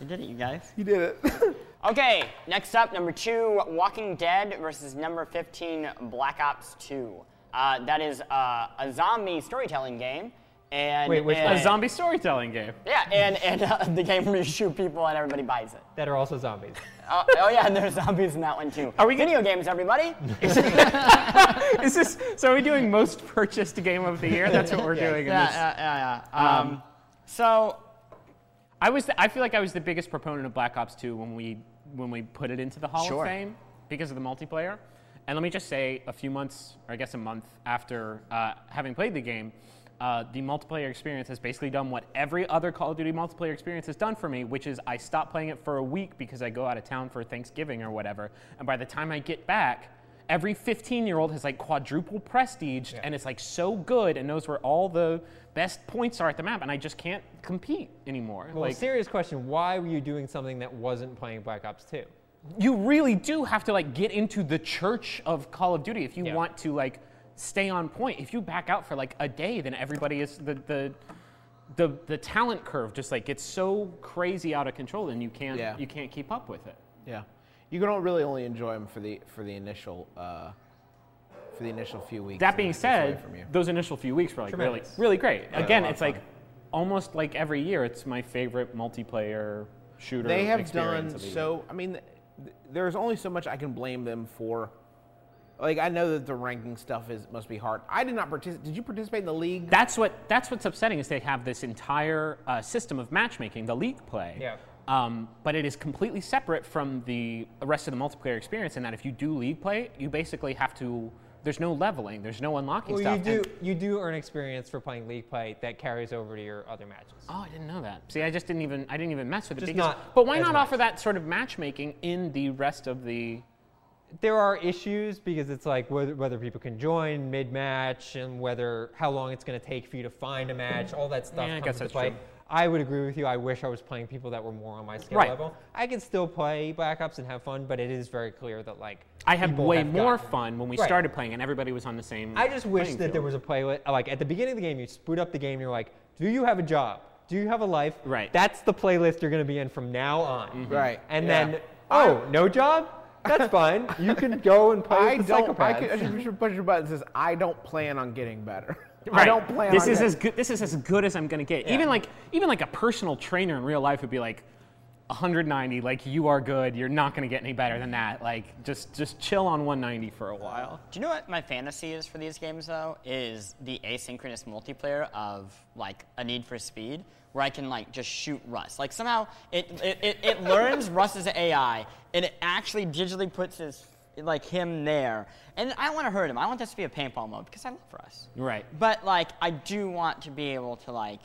Speaker 5: I did it, you guys.
Speaker 1: You did it.
Speaker 5: Okay, next up, number two Walking Dead versus number 15 Black Ops 2. Uh, that is uh, a zombie storytelling game. And,
Speaker 3: Wait, which
Speaker 5: and-
Speaker 2: A zombie storytelling game.
Speaker 5: Yeah, and, and uh, the game where you shoot people and everybody buys it.
Speaker 3: that are also zombies.
Speaker 5: Uh, oh, yeah, and there's zombies in that one, too.
Speaker 2: Are we
Speaker 5: Video games, everybody.
Speaker 2: Is this? So are we doing most purchased game of the year? That's what we're doing. in
Speaker 5: yeah,
Speaker 2: this.
Speaker 5: yeah, yeah, yeah. Um, so
Speaker 2: I was. The, I feel like I was the biggest proponent of Black Ops 2 when we when we put it into the Hall
Speaker 5: Sure.
Speaker 2: of Fame because of the multiplayer. And let me just say, a few months, or I guess a month after uh, having played the game, uh, the multiplayer experience has basically done what every other Call of Duty multiplayer experience has done for me, which is I stop playing it for a week because I go out of town for Thanksgiving or whatever. And by the time I get back, every 15 year old has like quadruple prestiged and it's like so good and knows where all the best points are at the map. And I just can't compete anymore.
Speaker 3: Well,
Speaker 2: like,
Speaker 3: serious question. Why were you doing something that wasn't playing Black Ops 2?
Speaker 2: you really do have to like get into the church of Call of Duty if you
Speaker 3: Yeah.
Speaker 2: want to like stay on point. If you back out for like a day, then everybody is the the the, the talent curve just like gets so crazy out of control and you can't
Speaker 1: Yeah.
Speaker 2: you can't keep up with it.
Speaker 1: Yeah, you can only- really only enjoy them for the for the initial uh, for the initial few weeks.
Speaker 2: That
Speaker 1: and then
Speaker 2: being
Speaker 1: it gets away
Speaker 2: said,
Speaker 1: from you.
Speaker 2: those initial few weeks were like
Speaker 3: Tremendous.
Speaker 2: really really great. Again,
Speaker 1: a lot
Speaker 2: it's
Speaker 1: of fun.
Speaker 2: like almost like every year it's my favorite multiplayer shooter
Speaker 1: they have
Speaker 2: experience
Speaker 1: done
Speaker 2: of the year.
Speaker 1: so. I mean, th- th- there's only so much I can blame them for. Like I know that the ranking stuff is must be hard. I did not participate. Did you participate in the league?
Speaker 2: that's what that's what's upsetting is they have this entire uh, system of matchmaking, the league play.
Speaker 3: Yeah.
Speaker 2: Um, but it is completely separate from the rest of the multiplayer experience in that if you do league play, you basically have to. There's no leveling. There's no unlocking
Speaker 3: Well,
Speaker 2: stuff.
Speaker 3: you do
Speaker 2: and-
Speaker 3: you do earn experience for playing league play that carries over to your other matches.
Speaker 2: oh, I didn't know that. See, I just didn't even I didn't even mess with it.
Speaker 3: Just
Speaker 2: because-
Speaker 3: not
Speaker 2: but why
Speaker 3: as
Speaker 2: not
Speaker 3: much.
Speaker 2: offer that sort of matchmaking in the rest of the?
Speaker 3: There are issues because it's like whether, whether people can join mid match and whether how long it's going to take for you to find a match, all that stuff
Speaker 2: Yeah, I
Speaker 3: comes
Speaker 2: guess
Speaker 3: into
Speaker 2: that's
Speaker 3: play.
Speaker 2: true.
Speaker 3: I would agree with you. I wish I was playing people that were more on my skill
Speaker 2: Right.
Speaker 3: level. I can still play Black Ops and have fun, but it is very clear that like
Speaker 2: I had
Speaker 3: people
Speaker 2: way
Speaker 3: have
Speaker 2: more
Speaker 3: gotten-
Speaker 2: fun when we
Speaker 3: Right.
Speaker 2: started playing, and everybody was on the same.
Speaker 3: I just wish
Speaker 2: playing
Speaker 3: that there
Speaker 2: field.
Speaker 3: was a playlist. Like at the beginning of the game, you spoot up the game. You're like, do you have a job? Do you have a life?
Speaker 2: Right. Mm-hmm.
Speaker 3: That's the playlist you're going to be in from now on.
Speaker 1: Right,
Speaker 3: And
Speaker 1: yeah.
Speaker 3: then, oh, no job? That's fine. You can go and play
Speaker 1: I
Speaker 3: with the
Speaker 1: don't. I,
Speaker 3: psychopaths.
Speaker 1: could, I should, we should push your button. It says I don't plan on getting better. I
Speaker 2: Right.
Speaker 1: don't plan.
Speaker 2: This
Speaker 1: on
Speaker 2: is
Speaker 1: getting-
Speaker 2: as good. This is as good as I'm gonna get. Even like even like a personal trainer in real life would be like, 190, like you are good. You're not going to get any better than that. Like just just chill on 190 for a while.
Speaker 5: Do you know what my fantasy is for these games though? Is the asynchronous multiplayer of like a Need for Speed, where I can like just shoot Russ. Like somehow it it, it, it learns Russ's AI and it actually digitally puts his like him there. And I want to hurt him. I want this to be a paintball mode because I love Russ.
Speaker 2: Right.
Speaker 5: But like I do want to be able to like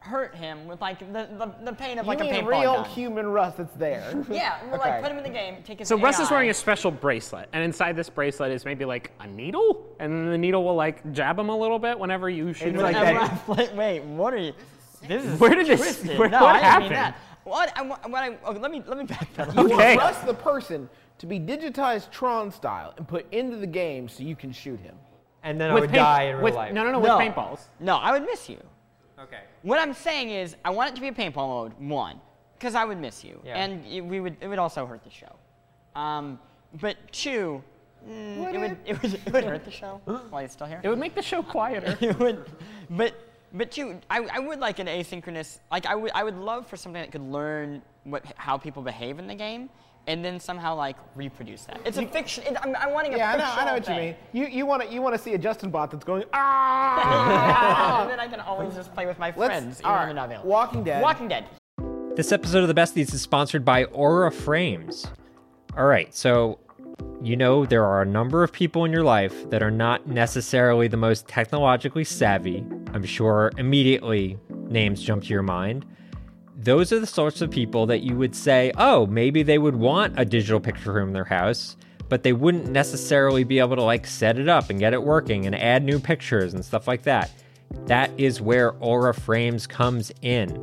Speaker 5: hurt him with like the, the, the pain of like
Speaker 1: you
Speaker 5: a
Speaker 1: mean
Speaker 5: paintball
Speaker 1: real
Speaker 5: gun.
Speaker 1: human rust that's there.
Speaker 5: Yeah, we're like
Speaker 1: Okay.
Speaker 5: put him in the game, take his
Speaker 2: So Russ is
Speaker 5: AI.
Speaker 2: wearing a special bracelet, and inside this bracelet is maybe like a needle, and then the needle will like jab him a little bit whenever you shoot him.
Speaker 3: like
Speaker 5: And
Speaker 3: that-
Speaker 5: I'm like, wait, what are you? This is
Speaker 2: Where did this-
Speaker 5: twisted.
Speaker 2: where-
Speaker 5: no,
Speaker 2: what
Speaker 5: I didn't mean
Speaker 2: happened?
Speaker 5: that. What I wa- what I okay, let me let me backpedal.
Speaker 1: You
Speaker 2: Okay.
Speaker 1: want Russ the person to be digitized Tron style and put into the game so you can shoot him.
Speaker 3: And then I
Speaker 2: With
Speaker 3: would
Speaker 2: paint-
Speaker 3: die in real
Speaker 2: with-
Speaker 3: life.
Speaker 2: No, no, no,
Speaker 5: No.
Speaker 2: with paintballs.
Speaker 5: No, I would miss you.
Speaker 3: Okay.
Speaker 5: What I'm saying is, I want it to be a paintball mode one, because I would miss you,
Speaker 3: Yeah.
Speaker 5: and it, we would it would also hurt the show. Um, but two, mm, it, would, it would it would hurt the show while it's still here.
Speaker 2: It would make the show quieter.
Speaker 5: it would, but but too, I, I would like an asynchronous. Like I would I would love for something that could learn what how people behave in the game, and then somehow like reproduce that. It's a fiction. It, I'm, I'm wanting a
Speaker 1: Yeah, I know,
Speaker 5: fictional
Speaker 1: I know what you mean.
Speaker 5: thing.
Speaker 1: You you want to you want to see a Justin bot that's going ah.
Speaker 5: and then I can always just play with my
Speaker 1: Let's-
Speaker 5: friends.
Speaker 1: all
Speaker 5: even when
Speaker 1: right,
Speaker 5: they're not available.
Speaker 1: Walking Dead.
Speaker 5: Walking Dead.
Speaker 3: This episode of The Besties is sponsored by Aura Frames. All right, so you know there are a number of people in your life that are not necessarily the most technologically savvy. I'm sure immediately names jump to your mind. Those are the sorts of people that you would say, oh, maybe they would want a digital picture room in their house, but they wouldn't necessarily be able to like set it up and get it working and add new pictures and stuff like that. That is where Aura Frames comes in.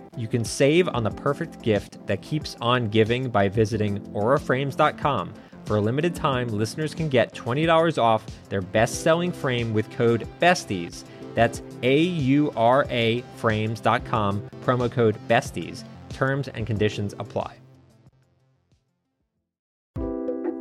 Speaker 3: you can save on the perfect gift that keeps on giving by visiting auraframes.com. For a limited time, listeners can get $20 off their best selling frame with code BESTIES. That's A U R A frames.com, promo code BESTIES. Terms and conditions apply.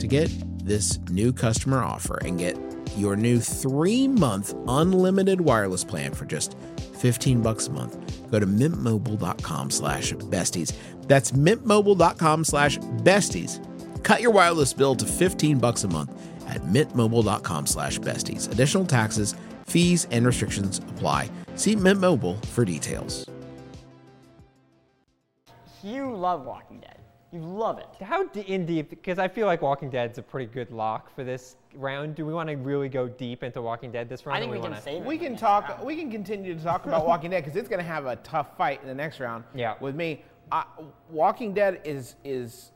Speaker 6: to get this new customer offer and get your new three-month unlimited wireless plan for just 15 bucks a month go to mintmobile.com slash besties that's mintmobile.com slash besties cut your wireless bill to 15 bucks a month at mintmobile.com slash besties additional taxes fees and restrictions apply see mint mobile for details
Speaker 5: You love Walking Dead. You love it.
Speaker 3: How d- in deep? Because I feel like Walking Dead's a pretty good lock for this round. Do we want to really go deep into Walking Dead this round?
Speaker 5: I think
Speaker 3: or
Speaker 5: we,
Speaker 3: wanna-
Speaker 5: can save it.
Speaker 1: We can talk. We can continue to talk about Walking Dead because it's going to have a tough fight in the next round.
Speaker 3: Yeah.
Speaker 1: With me, I, Walking Dead is is.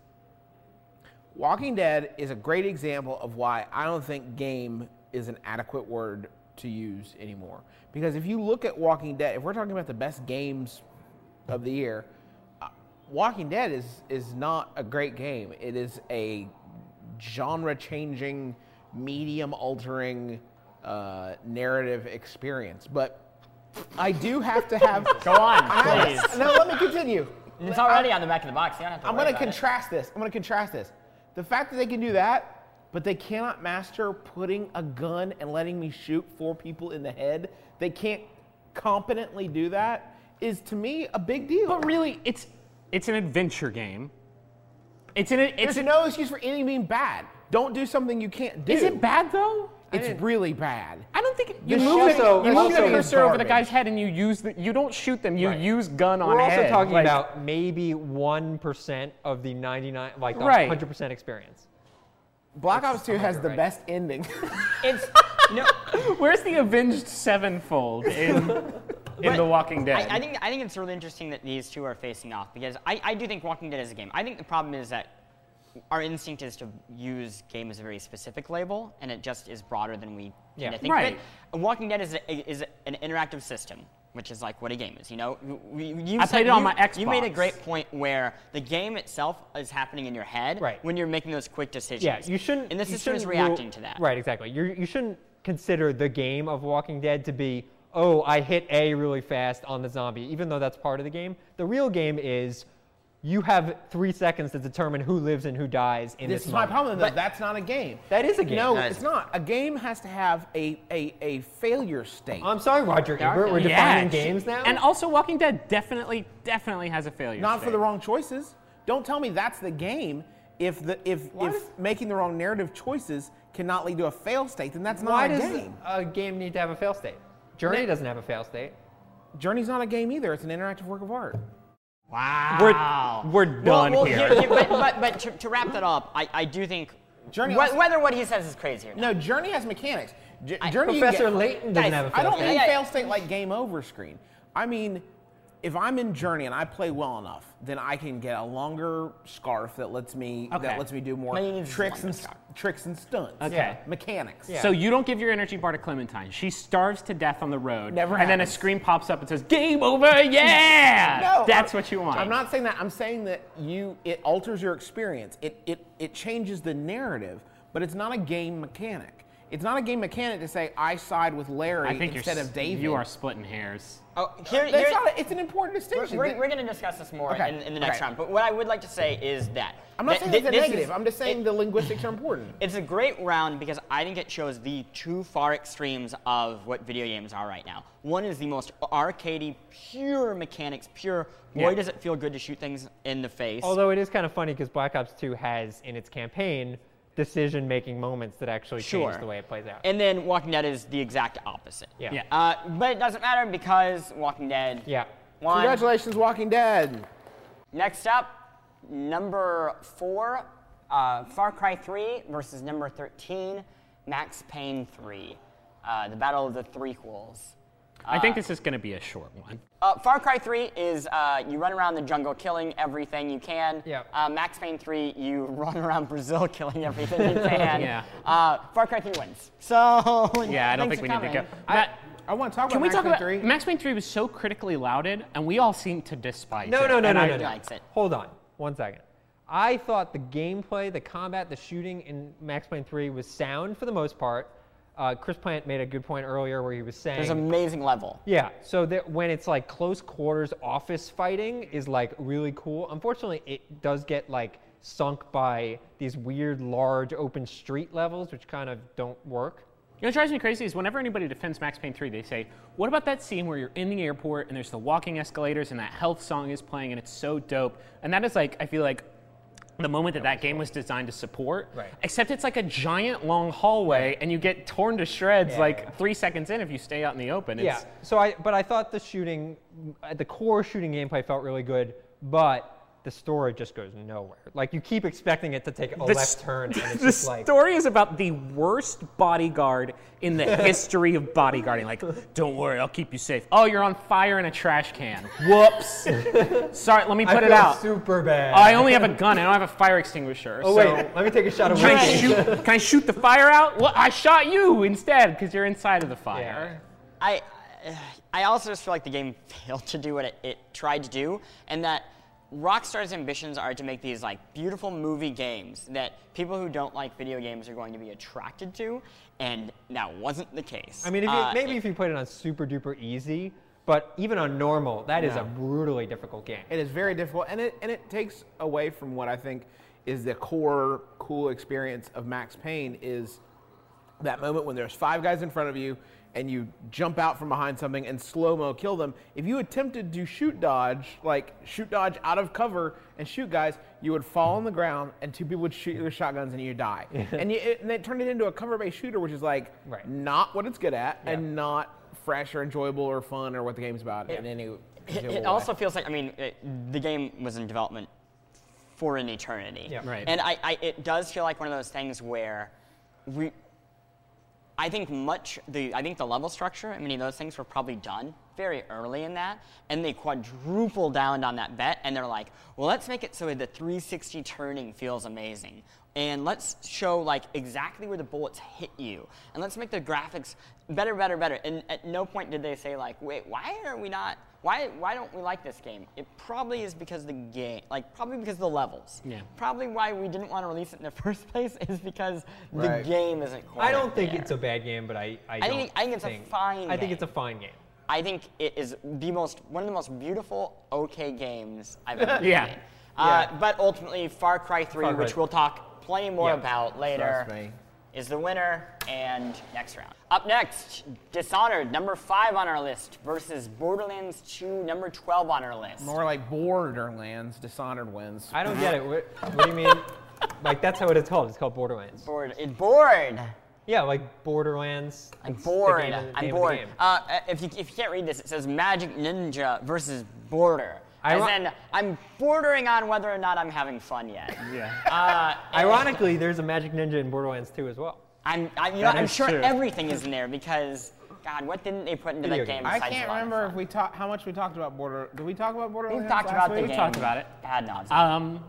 Speaker 1: Walking Dead is a great example of why I don't think game is an adequate word to use anymore. Because if you look at Walking Dead, if we're talking about the best games of the year, uh, Walking Dead is is not a great game. It is a genre changing, medium altering uh, narrative experience. But I do have to have.
Speaker 5: Go on,
Speaker 1: I have-
Speaker 5: please.
Speaker 1: No, let me continue.
Speaker 5: It's already on the back of the box. You don't have to
Speaker 1: I'm
Speaker 5: worry
Speaker 1: going to
Speaker 5: about it.
Speaker 1: contrast this. I'm going to contrast this. The fact that they can do that, but they cannot master putting a gun and letting me shoot four people in the head. They can't competently do that. Is to me a big deal.
Speaker 2: But really, it's it's an adventure game. It's an it's
Speaker 1: There's
Speaker 2: an,
Speaker 1: no excuse for anything being bad. Don't do something you can't do.
Speaker 2: Is it bad though?
Speaker 1: It's really bad.
Speaker 2: I don't think it, you
Speaker 1: The
Speaker 2: move
Speaker 1: shooting-
Speaker 2: the, you
Speaker 1: the
Speaker 2: move the
Speaker 1: shooting is
Speaker 2: cursor over the
Speaker 1: garbage.
Speaker 2: guy's head and you use the you don't shoot them. You
Speaker 3: Right.
Speaker 2: use gun on
Speaker 3: We're also
Speaker 2: head.
Speaker 3: talking
Speaker 2: Like,
Speaker 3: about maybe one percent of the ninety-nine, like the
Speaker 2: Right.
Speaker 3: hundred percent experience.
Speaker 1: Black Ops 2 has
Speaker 3: you're
Speaker 1: the
Speaker 3: right.
Speaker 1: best ending.
Speaker 5: It's you know,
Speaker 2: where's the avenged sevenfold in in The Walking Dead?
Speaker 5: I, I think I think it's really interesting that these two are facing off because I, I do think Walking Dead is a game. I think the problem is that our instinct is to use game as a very specific label, and it just is broader than we
Speaker 3: Yeah.
Speaker 5: tend to think
Speaker 2: Right.
Speaker 5: of it. Walking Dead is a, is an interactive system, which is like what a game is. You know, we, we- you
Speaker 2: I
Speaker 5: said-
Speaker 2: played it on
Speaker 5: you-
Speaker 2: my
Speaker 5: You made a
Speaker 2: Xbox.
Speaker 5: great point where the game itself is happening in your head
Speaker 3: Right.
Speaker 5: when you're making those quick decisions.
Speaker 3: Yeah, you shouldn't.
Speaker 5: And the
Speaker 3: you
Speaker 5: system is
Speaker 3: shouldn't rule-
Speaker 5: reacting to that.
Speaker 3: Right, exactly. You you shouldn't consider the game of Walking Dead to be oh I hit A really fast on the zombie, even though that's part of the game. The real game is you have three seconds to determine who lives and who dies in this.
Speaker 1: this is my
Speaker 3: moment.
Speaker 1: problem, though. That's not a game.
Speaker 3: That is a game.
Speaker 1: No,
Speaker 5: That is-
Speaker 1: it's not. A game has to have a, a, a failure state.
Speaker 3: I'm sorry, Roger Ebert. We're
Speaker 2: Yeah,
Speaker 3: defining
Speaker 2: it's-
Speaker 3: games now.
Speaker 2: And also, Walking Dead definitely definitely has a failure.
Speaker 1: not for
Speaker 2: state.
Speaker 1: the wrong choices. Don't tell me that's the game. If the if if
Speaker 3: does-
Speaker 1: making the wrong narrative choices cannot lead to a fail state, then that's
Speaker 3: why
Speaker 1: not a
Speaker 3: does
Speaker 1: game.
Speaker 3: a game need to have a fail state? Journey doesn't have a fail state.
Speaker 1: Journey's not a game either. It's an interactive work of art.
Speaker 2: We're we're done
Speaker 5: well, well,
Speaker 2: here.
Speaker 5: here- here- but but, but to, to wrap that up, I, I do think
Speaker 1: Journey
Speaker 5: wh-
Speaker 1: also-
Speaker 5: whether what he says is crazy or not.
Speaker 1: No, Journey has mechanics. J-
Speaker 5: I-
Speaker 1: Journey you
Speaker 3: Professor
Speaker 1: get-
Speaker 3: Layton
Speaker 5: Guys,
Speaker 3: doesn't have a fail
Speaker 1: I don't
Speaker 3: state.
Speaker 1: mean
Speaker 5: Yeah, yeah.
Speaker 1: fail state like game over screen. I mean, if I'm in Journey and I play well enough, then I can get a longer scarf that lets me
Speaker 2: Okay.
Speaker 1: that lets me do more
Speaker 5: All you need is
Speaker 1: tricks
Speaker 5: longer
Speaker 1: and
Speaker 5: scarf.
Speaker 1: tricks and stunts.
Speaker 3: Yeah.
Speaker 1: Mechanics.
Speaker 2: So you don't give your energy bar to Clementine. She starves to death on the road.
Speaker 1: Never
Speaker 2: And then a
Speaker 1: happens.
Speaker 2: screen pops up and says, "Game over, yeah!"
Speaker 1: No,
Speaker 2: that's
Speaker 1: I'm-
Speaker 2: what you want.
Speaker 1: I'm not saying that. I'm saying that you it alters your experience. It it it changes the narrative, but it's not a game mechanic. It's not a game mechanic to say I side with Larry
Speaker 2: I think
Speaker 1: instead
Speaker 2: you're, s-
Speaker 1: of David.
Speaker 2: You are splitting hairs.
Speaker 5: Oh, here,
Speaker 1: That's
Speaker 5: here-
Speaker 1: not Uh, a- it's an important distinction.
Speaker 5: We're,
Speaker 1: that-
Speaker 5: we're going to discuss this more
Speaker 1: Okay.
Speaker 5: in, in the next
Speaker 1: Okay.
Speaker 5: round. But what I would like to say is that
Speaker 1: I'm not
Speaker 5: that-
Speaker 1: saying
Speaker 5: that
Speaker 1: it's a
Speaker 5: this
Speaker 1: negative.
Speaker 5: is-
Speaker 1: I'm just saying
Speaker 5: it-
Speaker 1: the linguistics are important.
Speaker 5: it's a great round because I think it shows the two far extremes of what video games are right now. One is the most arcadey, pure mechanics, pure. Boy,
Speaker 2: Yeah.
Speaker 5: does it feel good to shoot things in the face.
Speaker 3: Although it is kind of funny because Black Ops 2 has in its campaign decision-making moments that actually
Speaker 5: sure,
Speaker 3: change the way it plays out.
Speaker 5: And then Walking Dead is the exact opposite.
Speaker 3: yeah.
Speaker 2: Yeah.
Speaker 5: Uh, but it doesn't matter because Walking Dead.
Speaker 3: Yeah.
Speaker 5: Won.
Speaker 1: Congratulations, Walking Dead.
Speaker 5: Next up, number four, uh, Far Cry 3 versus number 13, Max Payne 3. Uh, the Battle of the Three Quills.
Speaker 2: I
Speaker 3: Uh,
Speaker 2: think this is going to be a short one.
Speaker 5: Uh, Far Cry 3 is uh, you run around the jungle killing everything you can.
Speaker 3: Yep.
Speaker 5: Uh, Max Payne 3, you run around Brazil killing everything you can.
Speaker 2: Yeah.
Speaker 5: Uh, Far Cry 3 wins. So.
Speaker 2: Yeah, I don't
Speaker 5: thanks
Speaker 2: think we
Speaker 5: for
Speaker 2: need to go.
Speaker 5: coming.
Speaker 2: Matt,
Speaker 1: I want to talk
Speaker 2: can
Speaker 1: about
Speaker 2: we
Speaker 1: Max
Speaker 2: talk
Speaker 1: Payne
Speaker 2: about
Speaker 1: 3.
Speaker 2: Max Payne 3 was so critically lauded, and we all seem to despise
Speaker 3: No,
Speaker 2: it.
Speaker 3: no, no,
Speaker 2: and
Speaker 3: no,
Speaker 2: I-
Speaker 3: no, no.
Speaker 5: likes it.
Speaker 3: Hold on, one second. I thought the gameplay, the combat, the shooting in Max Payne 3 was sound for the most part. Uh, Chris Plant made a good point earlier where he was saying,
Speaker 5: There's an amazing level.
Speaker 3: yeah, so that when it's like close quarters office fighting is like really cool. Unfortunately, it does get like sunk by these weird large open street levels, which kind of don't work.
Speaker 2: You know what drives me crazy is whenever anybody defends Max Payne 3, they say, What about that scene where you're in the airport and there's the walking escalators and that health song is playing and it's so dope? And that is like, I feel like the moment that that game was designed to support,
Speaker 3: Right.
Speaker 2: except it's like a giant long hallway and you get torn to shreds like three seconds in if you stay out in the open.
Speaker 3: Yeah.
Speaker 2: It's,
Speaker 3: So I, but I thought the shooting, uh, the core shooting gameplay felt really good, but the story just goes nowhere. Like you keep expecting it to take a left
Speaker 2: s-
Speaker 3: turn, and it's
Speaker 2: the
Speaker 3: just like
Speaker 2: story is about the worst bodyguard in the history of bodyguarding. Like, don't worry, I'll keep you safe. Oh, you're on fire in a trash can. Whoops. Sorry, let me
Speaker 3: I
Speaker 2: put it
Speaker 3: feel
Speaker 2: out.
Speaker 3: super bad.
Speaker 2: I only have a gun. I don't have a fire extinguisher.
Speaker 3: oh
Speaker 2: so
Speaker 3: wait, let me take a shot of
Speaker 2: Can I,
Speaker 3: whiskey.
Speaker 2: shoot, can I shoot the fire out? Well, I shot you instead because you're inside of the
Speaker 3: Yeah.
Speaker 2: fire.
Speaker 5: I I also just feel like the game failed to do what it, it tried to do, and that Rockstar's ambitions are to make these like beautiful movie games that people who don't like video games are going to be attracted to, and that wasn't the case.
Speaker 3: I mean, if you,
Speaker 5: Uh,
Speaker 3: maybe if you put it on super duper easy, but even on normal, that is a brutally difficult game.
Speaker 1: It is very difficult, and it and it takes away from what I think is the core cool experience of Max Payne is that moment when there's five guys in front of you and you jump out from behind something and slow mo kill them. If you attempted to shoot dodge, like shoot dodge out of cover and shoot guys, you would fall on the ground and two people would shoot you with shotguns and you die. and, you, it, and they turned it into a cover based shooter, which is like
Speaker 3: Right.
Speaker 1: not what it's good at and not fresh or enjoyable or fun or what the game's about. in any
Speaker 5: it,
Speaker 1: reasonable way.
Speaker 5: it also feels like I mean, it, the game was in development for an eternity.
Speaker 3: Yeah. Right.
Speaker 5: And I, I, it does feel like one of those things where we, I think much the I think the level structure and many of those things were probably done very early in that, and they quadruple down on that bet, and they're like, well, let's make it so the 360 turning feels amazing, and let's show like exactly where the bullets hit you, and let's make the graphics better, better, better. And at no point did they say like, wait, why are we not? Why, why don't we like this game? It probably is because the game, like probably because of the levels.
Speaker 2: Yeah.
Speaker 5: Probably why we didn't want to release it in the first place is because
Speaker 1: Right.
Speaker 5: the game isn't quite.
Speaker 3: I don't think
Speaker 5: there.
Speaker 3: it's a bad game, but I I, don't
Speaker 5: think- I think it's a fine
Speaker 3: I think
Speaker 5: game.
Speaker 3: it's a fine game.
Speaker 5: I think it is the most one of the most beautiful okay games I've ever
Speaker 2: Yeah.
Speaker 5: played. Uh, But ultimately, Far Cry 3,
Speaker 3: Far Cry.
Speaker 5: which we'll talk plenty more
Speaker 3: Yeah.
Speaker 5: about later,
Speaker 1: Trust me.
Speaker 5: is the winner and next round. Up next, Dishonored, number five on our list, versus Borderlands 2, number 12 on our list.
Speaker 1: More like Borderlands, Dishonored wins.
Speaker 3: I don't get it. What, what do you mean? like that's how it is called. It's called Borderlands.
Speaker 5: bored. It's bored.
Speaker 3: Yeah, like Borderlands.
Speaker 5: I'm
Speaker 3: it's the
Speaker 5: bored.
Speaker 3: game of the-
Speaker 5: I'm
Speaker 3: name of the
Speaker 5: bored.
Speaker 3: game.
Speaker 5: Uh, uh, if, you, if you can't read this, it says Magic Ninja versus Border.
Speaker 3: I
Speaker 5: As
Speaker 3: wa-
Speaker 5: in, I'm bordering on whether or not I'm having fun yet. Uh,
Speaker 3: Ironically, there's a Magic Ninja in Borderlands 2 as well.
Speaker 5: I'm, I, you know, I'm
Speaker 2: is
Speaker 5: sure
Speaker 2: true.
Speaker 5: everything is in there because, God, what didn't they put into
Speaker 3: Video
Speaker 5: that game?
Speaker 3: games.
Speaker 1: I
Speaker 5: besides
Speaker 1: can't
Speaker 5: a lot of
Speaker 1: remember
Speaker 5: fun?
Speaker 1: if we talked how much we talked about border. Did we talk about Borderlands?
Speaker 5: We talked
Speaker 1: last
Speaker 5: about the
Speaker 1: week?
Speaker 5: game.
Speaker 2: talked about it.
Speaker 5: Ad nauseam.
Speaker 3: Uh,
Speaker 2: Um,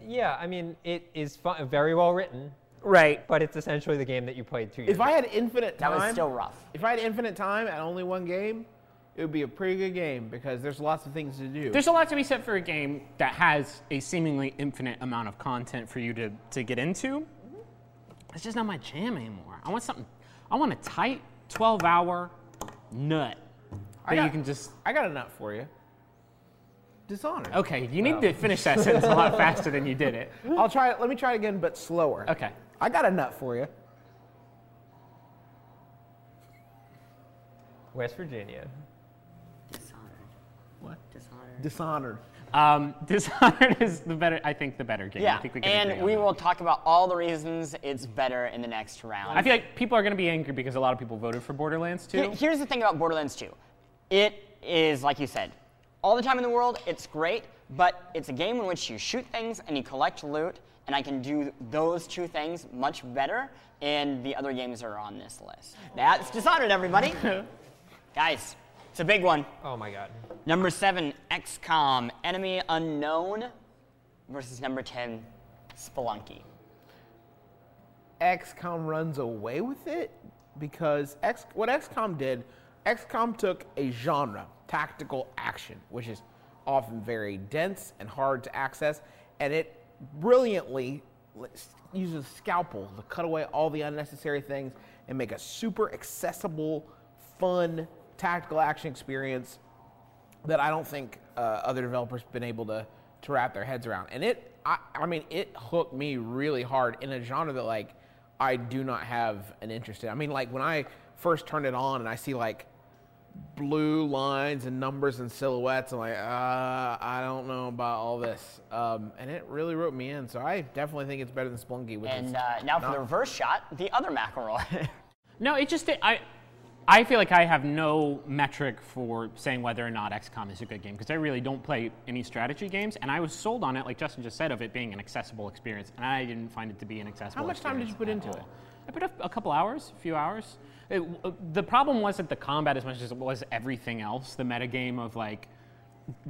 Speaker 3: Yeah, I mean it is fu- very well written,
Speaker 2: right.
Speaker 3: but it's essentially the game that you played two years.
Speaker 1: If I had infinite
Speaker 5: That
Speaker 1: time,
Speaker 5: was still rough.
Speaker 1: If I had infinite time and only one game, it would be a pretty good game because there's lots of things to do.
Speaker 2: There's a lot to be said for a game that has a seemingly infinite amount of content for you to, to get into. It's just not my jam anymore. I want something, I want a tight 12 hour nut that you
Speaker 1: got-
Speaker 2: can just.
Speaker 1: I got a nut for you. Dishonored.
Speaker 2: Okay, you need to finish that sentence a lot faster than you did it.
Speaker 1: I'll try it. Let me try it again, but slower.
Speaker 2: Okay.
Speaker 1: I got a nut for you.
Speaker 3: West Virginia.
Speaker 5: Dishonored. What? Dishonored.
Speaker 1: Dishonored.
Speaker 2: Um, Dishonored is the better, I think, the better game.
Speaker 5: Yeah,
Speaker 2: I think we can agree
Speaker 5: and
Speaker 2: on
Speaker 5: we
Speaker 2: that.
Speaker 5: will talk about all the reasons it's better in the next round.
Speaker 2: I feel like people are going to be angry because a lot of people voted for Borderlands too.
Speaker 5: Here- Here's the thing about Borderlands 2. It is, like you said, all the time in the world, it's great, but it's a game in which you shoot things and you collect loot, and I can do those two things much better, and the other games are on this list. That's Dishonored, everybody. Guys, it's a big one.
Speaker 3: Oh my God.
Speaker 5: Number seven, XCOM, Enemy Unknown, versus number 10, Spelunky.
Speaker 1: XCOM runs away with it because X, what XCOM did, XCOM took a genre, tactical action, which is often very dense and hard to access, and it brilliantly l- uses scalpel to cut away all the unnecessary things and make a super accessible, fun tactical action experience that I don't think uh, other developers have been able to to wrap their heads around. And it, I, I mean, it hooked me really hard in a genre that like I do not have an interest in. I mean, like when I first turned it on and I see like blue lines and numbers and silhouettes, I'm like, uh, I don't know about all this. Um, and it really wrote me in. So I definitely think it's better than Splunky. Which is
Speaker 5: And uh, now for
Speaker 1: not-
Speaker 5: the reverse shot, the other McElroy.
Speaker 2: No, it just I I feel like I have no metric for saying whether or not XCOM is a good game because I really don't play any strategy games, and I was sold on it, like Justin just said, of it being an accessible experience, and I didn't find it to be an accessible.
Speaker 1: How much time did you put
Speaker 2: experience
Speaker 1: into
Speaker 2: at all. I put a, a couple hours, a few hours. It- uh, the problem wasn't the combat as much as it was everything else. The metagame of like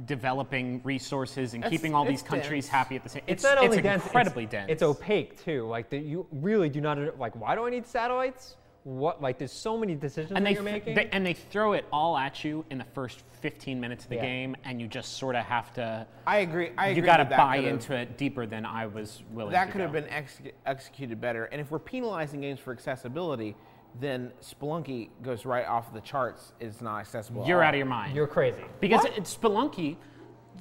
Speaker 2: developing resources and
Speaker 1: That's-
Speaker 2: keeping all these
Speaker 1: it's
Speaker 2: countries
Speaker 1: dense.
Speaker 2: happy at the same.
Speaker 3: It's, not only dense,
Speaker 2: incredibly
Speaker 3: it's,
Speaker 2: dense.
Speaker 3: It's opaque too. Like the, you really do not like. Why do I need satellites? what like there's so many decisions
Speaker 2: and
Speaker 3: that
Speaker 2: they,
Speaker 3: you're
Speaker 2: th-
Speaker 3: making.
Speaker 2: they and they throw it all at you in the first 15 minutes of the
Speaker 3: Yeah.
Speaker 2: game, and you just sort of have to.
Speaker 1: I agree. I agree.
Speaker 2: you got to
Speaker 1: with that
Speaker 2: buy
Speaker 1: could've-
Speaker 2: into it deeper than I was willing.
Speaker 1: That
Speaker 2: to
Speaker 1: could have
Speaker 2: go.
Speaker 1: been ex- executed better. And if we're penalizing games for accessibility, then Spelunky goes right off the charts. It's not accessible. at
Speaker 2: You're
Speaker 1: all.
Speaker 2: out of your mind.
Speaker 3: you're crazy.
Speaker 2: Because it's Spelunky.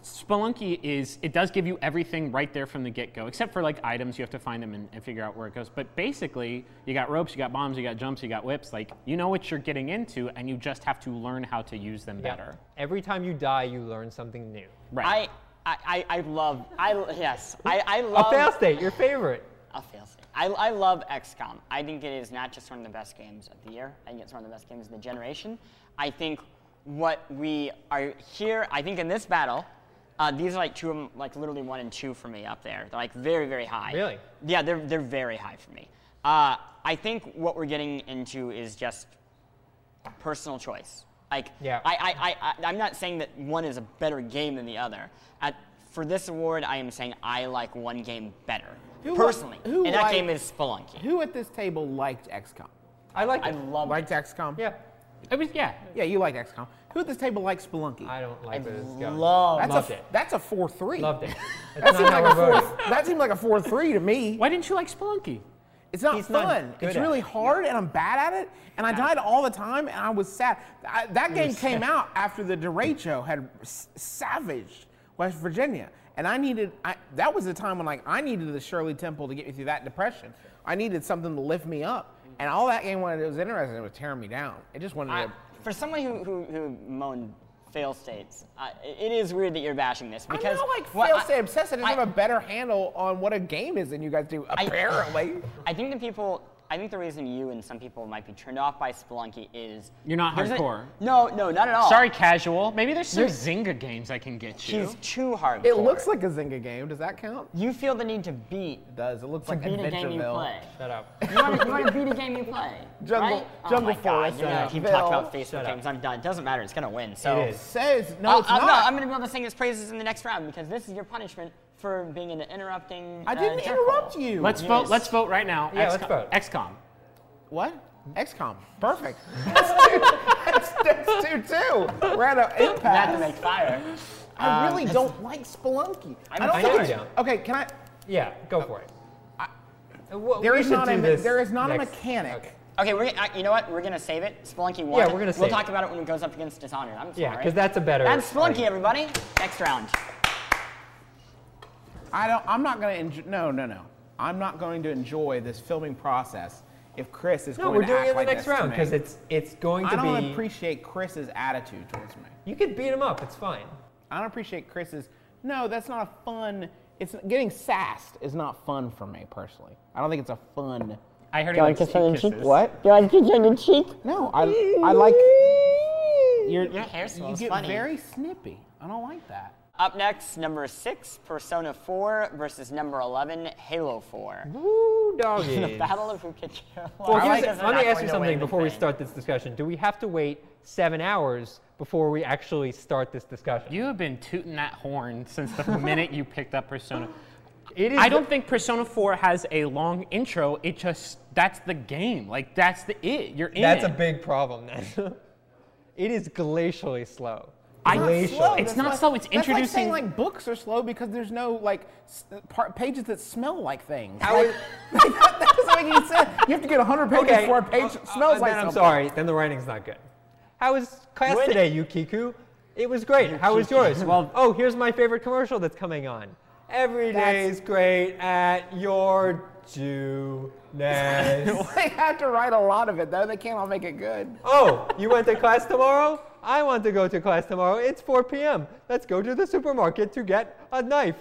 Speaker 2: Spelunky is it does give you everything right there from the get go, except for like items you have to find them and, and figure out where it goes. But basically, you got ropes, you got bombs, you got jumps, you got whips. Like you know what you're getting into, and you just have to learn how to use them
Speaker 3: Yeah.
Speaker 2: better.
Speaker 3: Every time you die, you learn something new.
Speaker 2: Right.
Speaker 5: I, I, I I love I yes I, I love
Speaker 3: a fail state, your favorite.
Speaker 5: I'll fail state. I, I love XCOM. I think it is not just one of the best games of the year. I think it's one of the best games of the generation. I think what we are here, I think in this battle, uh, these are like two of 'em- like literally one and two for me up there. They're like very, very high.
Speaker 3: Really?
Speaker 5: Yeah, they're, they're very high for me. Uh, I think what we're getting into is just personal choice. Like,
Speaker 3: Yeah.
Speaker 5: I, I, I, I, I'm not saying that one is a better game than the other. At, for this award, I am saying I like one game better,
Speaker 1: Who li-
Speaker 5: personally.
Speaker 1: who
Speaker 5: and that
Speaker 1: like-
Speaker 5: game is Spelunky.
Speaker 1: Who at this table liked XCOM?
Speaker 3: I like
Speaker 5: I
Speaker 3: it.
Speaker 5: love
Speaker 1: Liked
Speaker 5: it.
Speaker 1: XCOM?
Speaker 3: yeah.
Speaker 2: It was yeah.
Speaker 1: Yeah, you liked XCOM. Who at this table likes Spelunky?
Speaker 3: I don't like where this is going.
Speaker 5: Love
Speaker 1: that's
Speaker 3: loved
Speaker 1: a,
Speaker 3: it.
Speaker 1: That's a 4 3.
Speaker 3: Loved it.
Speaker 1: That
Speaker 3: That's
Speaker 1: seemed,
Speaker 3: not
Speaker 1: like
Speaker 3: how
Speaker 1: a
Speaker 3: we're
Speaker 1: four,
Speaker 3: voting.
Speaker 1: that seemed like a 4 3 to me.
Speaker 2: Why didn't you like Spelunky?
Speaker 1: It's not
Speaker 3: He's not
Speaker 1: fun.
Speaker 3: good
Speaker 1: it's
Speaker 3: at
Speaker 1: really
Speaker 3: it.
Speaker 1: hard, and I'm bad at it. And I died all the time, and I was sad. I, that game came out after the derecho had s- savaged West Virginia, and I needed. I, that was the time when, like, I needed the Shirley Temple to get me through that depression. I needed something to lift me up, and all that game wanted it was interesting. It was tearing me down. It just wanted to.
Speaker 5: For someone who, who, who moaned fail states, uh, it is weird that you're bashing this
Speaker 1: I'm
Speaker 5: because
Speaker 1: not like
Speaker 5: what
Speaker 1: fail
Speaker 5: I-
Speaker 1: say obsessed. I just
Speaker 5: I-
Speaker 1: have a better handle on what a game is than you guys do. Apparently,
Speaker 5: I think the people. I think the reason you and some people might be turned off by Spelunky is
Speaker 2: You're not
Speaker 5: there's a-
Speaker 2: hardcore.
Speaker 5: no, no, not at all.
Speaker 2: Sorry, casual. Maybe there's some Zynga games I can get you.
Speaker 5: he's too hardcore.
Speaker 1: it looks like a Zynga game. Does that count?
Speaker 5: you feel the need to beat
Speaker 1: It does. It looks
Speaker 5: to
Speaker 1: like
Speaker 5: beat a game you play.
Speaker 1: Adventureville.
Speaker 3: Shut up.
Speaker 5: You want, to, you want to beat a game you play.
Speaker 1: Jungle-
Speaker 5: right?
Speaker 1: Jungle
Speaker 5: oh my God,
Speaker 1: Forest,
Speaker 5: You're gonna
Speaker 1: uh,
Speaker 5: keep
Speaker 1: Bill.
Speaker 5: talking about Facebook
Speaker 3: Shut up.
Speaker 5: games. I'm done. It doesn't matter. It's gonna win. So
Speaker 3: It is.
Speaker 1: Says no,
Speaker 5: I'll-
Speaker 1: it's
Speaker 5: I'll-
Speaker 1: not.
Speaker 5: no, I'm gonna be able to sing his praises in the next round because this is your punishment for being an interrupting.
Speaker 1: I
Speaker 5: uh,
Speaker 1: didn't
Speaker 5: jerkhole.
Speaker 1: interrupt you.
Speaker 2: Let's
Speaker 5: Yes.
Speaker 2: vote. Let's vote right now.
Speaker 3: Yeah, let's
Speaker 2: XCOM.
Speaker 3: vote.
Speaker 2: XCOM.
Speaker 1: What? XCOM. Perfect. that's two. That's, that's two two. We're at an
Speaker 5: Not to
Speaker 1: impasse.
Speaker 5: make fire.
Speaker 1: I really
Speaker 5: Um,
Speaker 1: don't like Spelunky. I
Speaker 5: I
Speaker 1: don't
Speaker 3: know
Speaker 1: think
Speaker 3: you
Speaker 1: it's-
Speaker 3: don't.
Speaker 1: Okay, can I?
Speaker 3: Yeah,
Speaker 2: Oh.
Speaker 3: go for it. Uh, Well,
Speaker 1: There
Speaker 3: we
Speaker 1: is
Speaker 3: should
Speaker 1: not
Speaker 3: do
Speaker 1: a me-
Speaker 3: this
Speaker 1: there is not a
Speaker 3: next-
Speaker 1: mechanic.
Speaker 3: okay.
Speaker 5: Okay, we're, uh, you know what? We're gonna save it. Spelunky won.
Speaker 3: Yeah, we're gonna
Speaker 5: We'll
Speaker 3: save
Speaker 5: talk
Speaker 3: it.
Speaker 5: about it when it goes up against Dishonored. I'm sorry.
Speaker 3: Yeah, 'cause that's a better
Speaker 5: That's
Speaker 3: argument.
Speaker 5: Spelunky, everybody. Next round.
Speaker 1: I don't. I'm not going to enjoy. No, no, no. I'm not going to enjoy this filming process if Chris is
Speaker 3: No,
Speaker 1: going
Speaker 3: we're
Speaker 1: to
Speaker 3: doing
Speaker 1: act
Speaker 3: it in the
Speaker 1: like
Speaker 3: next
Speaker 1: this to me.
Speaker 3: round because it's it's going to
Speaker 1: I don't
Speaker 3: be.
Speaker 1: appreciate Chris's attitude towards me.
Speaker 3: you could beat him up. It's fine.
Speaker 1: I don't appreciate Chris's. No, that's not a fun. It's getting sassed is not fun for me personally. I don't think it's a fun.
Speaker 2: I heard he likes cheek kisses.
Speaker 5: Do you like kiss on the cheek?
Speaker 1: No, I I like. Your,
Speaker 5: Your hair smells
Speaker 1: You get
Speaker 5: funny.
Speaker 1: very snippy. I don't like that.
Speaker 5: Up next, number six, Persona 4 versus number 11, Halo 4.
Speaker 3: Woo, doggy.
Speaker 5: The battle of who could kill.
Speaker 3: Well,
Speaker 5: Why
Speaker 3: here's-
Speaker 5: does it
Speaker 3: let
Speaker 5: not
Speaker 3: me ask
Speaker 5: go
Speaker 3: you
Speaker 5: to
Speaker 3: something before we
Speaker 5: anything?
Speaker 3: start this discussion. Do we have to wait seven hours before we actually start this discussion?
Speaker 2: You have been tooting that horn since the minute you picked up Persona.
Speaker 3: It is
Speaker 2: I don't think Persona 4 has a long intro. It just that's the game. Like that's the it. You're in
Speaker 3: That's
Speaker 2: it.
Speaker 3: a big problem then. it is glacially slow.
Speaker 2: I-
Speaker 3: glacial.
Speaker 2: slow. It's not slow, it's
Speaker 1: that's Like saying
Speaker 2: introducing-
Speaker 1: like books are slow because there's no like s- par- pages that smell like things.
Speaker 3: How is-
Speaker 1: Like, that, that doesn't make any sense. You have to get 100 pages
Speaker 3: Okay.
Speaker 1: for a page
Speaker 3: uh,
Speaker 1: smells like.
Speaker 3: uh, then I'm
Speaker 1: something.
Speaker 3: sorry. Then the writing's not good. How was class
Speaker 5: When-
Speaker 3: today, Yukiku? It was great. How was yours? Well, oh, here's my favorite commercial that's coming on. Every day's great at your Juness.
Speaker 1: they have to write a lot of it though. They can't all make it good.
Speaker 3: oh, you went to class tomorrow? I want to go to class tomorrow. It's 4 p.m. Let's go to the supermarket to get a knife.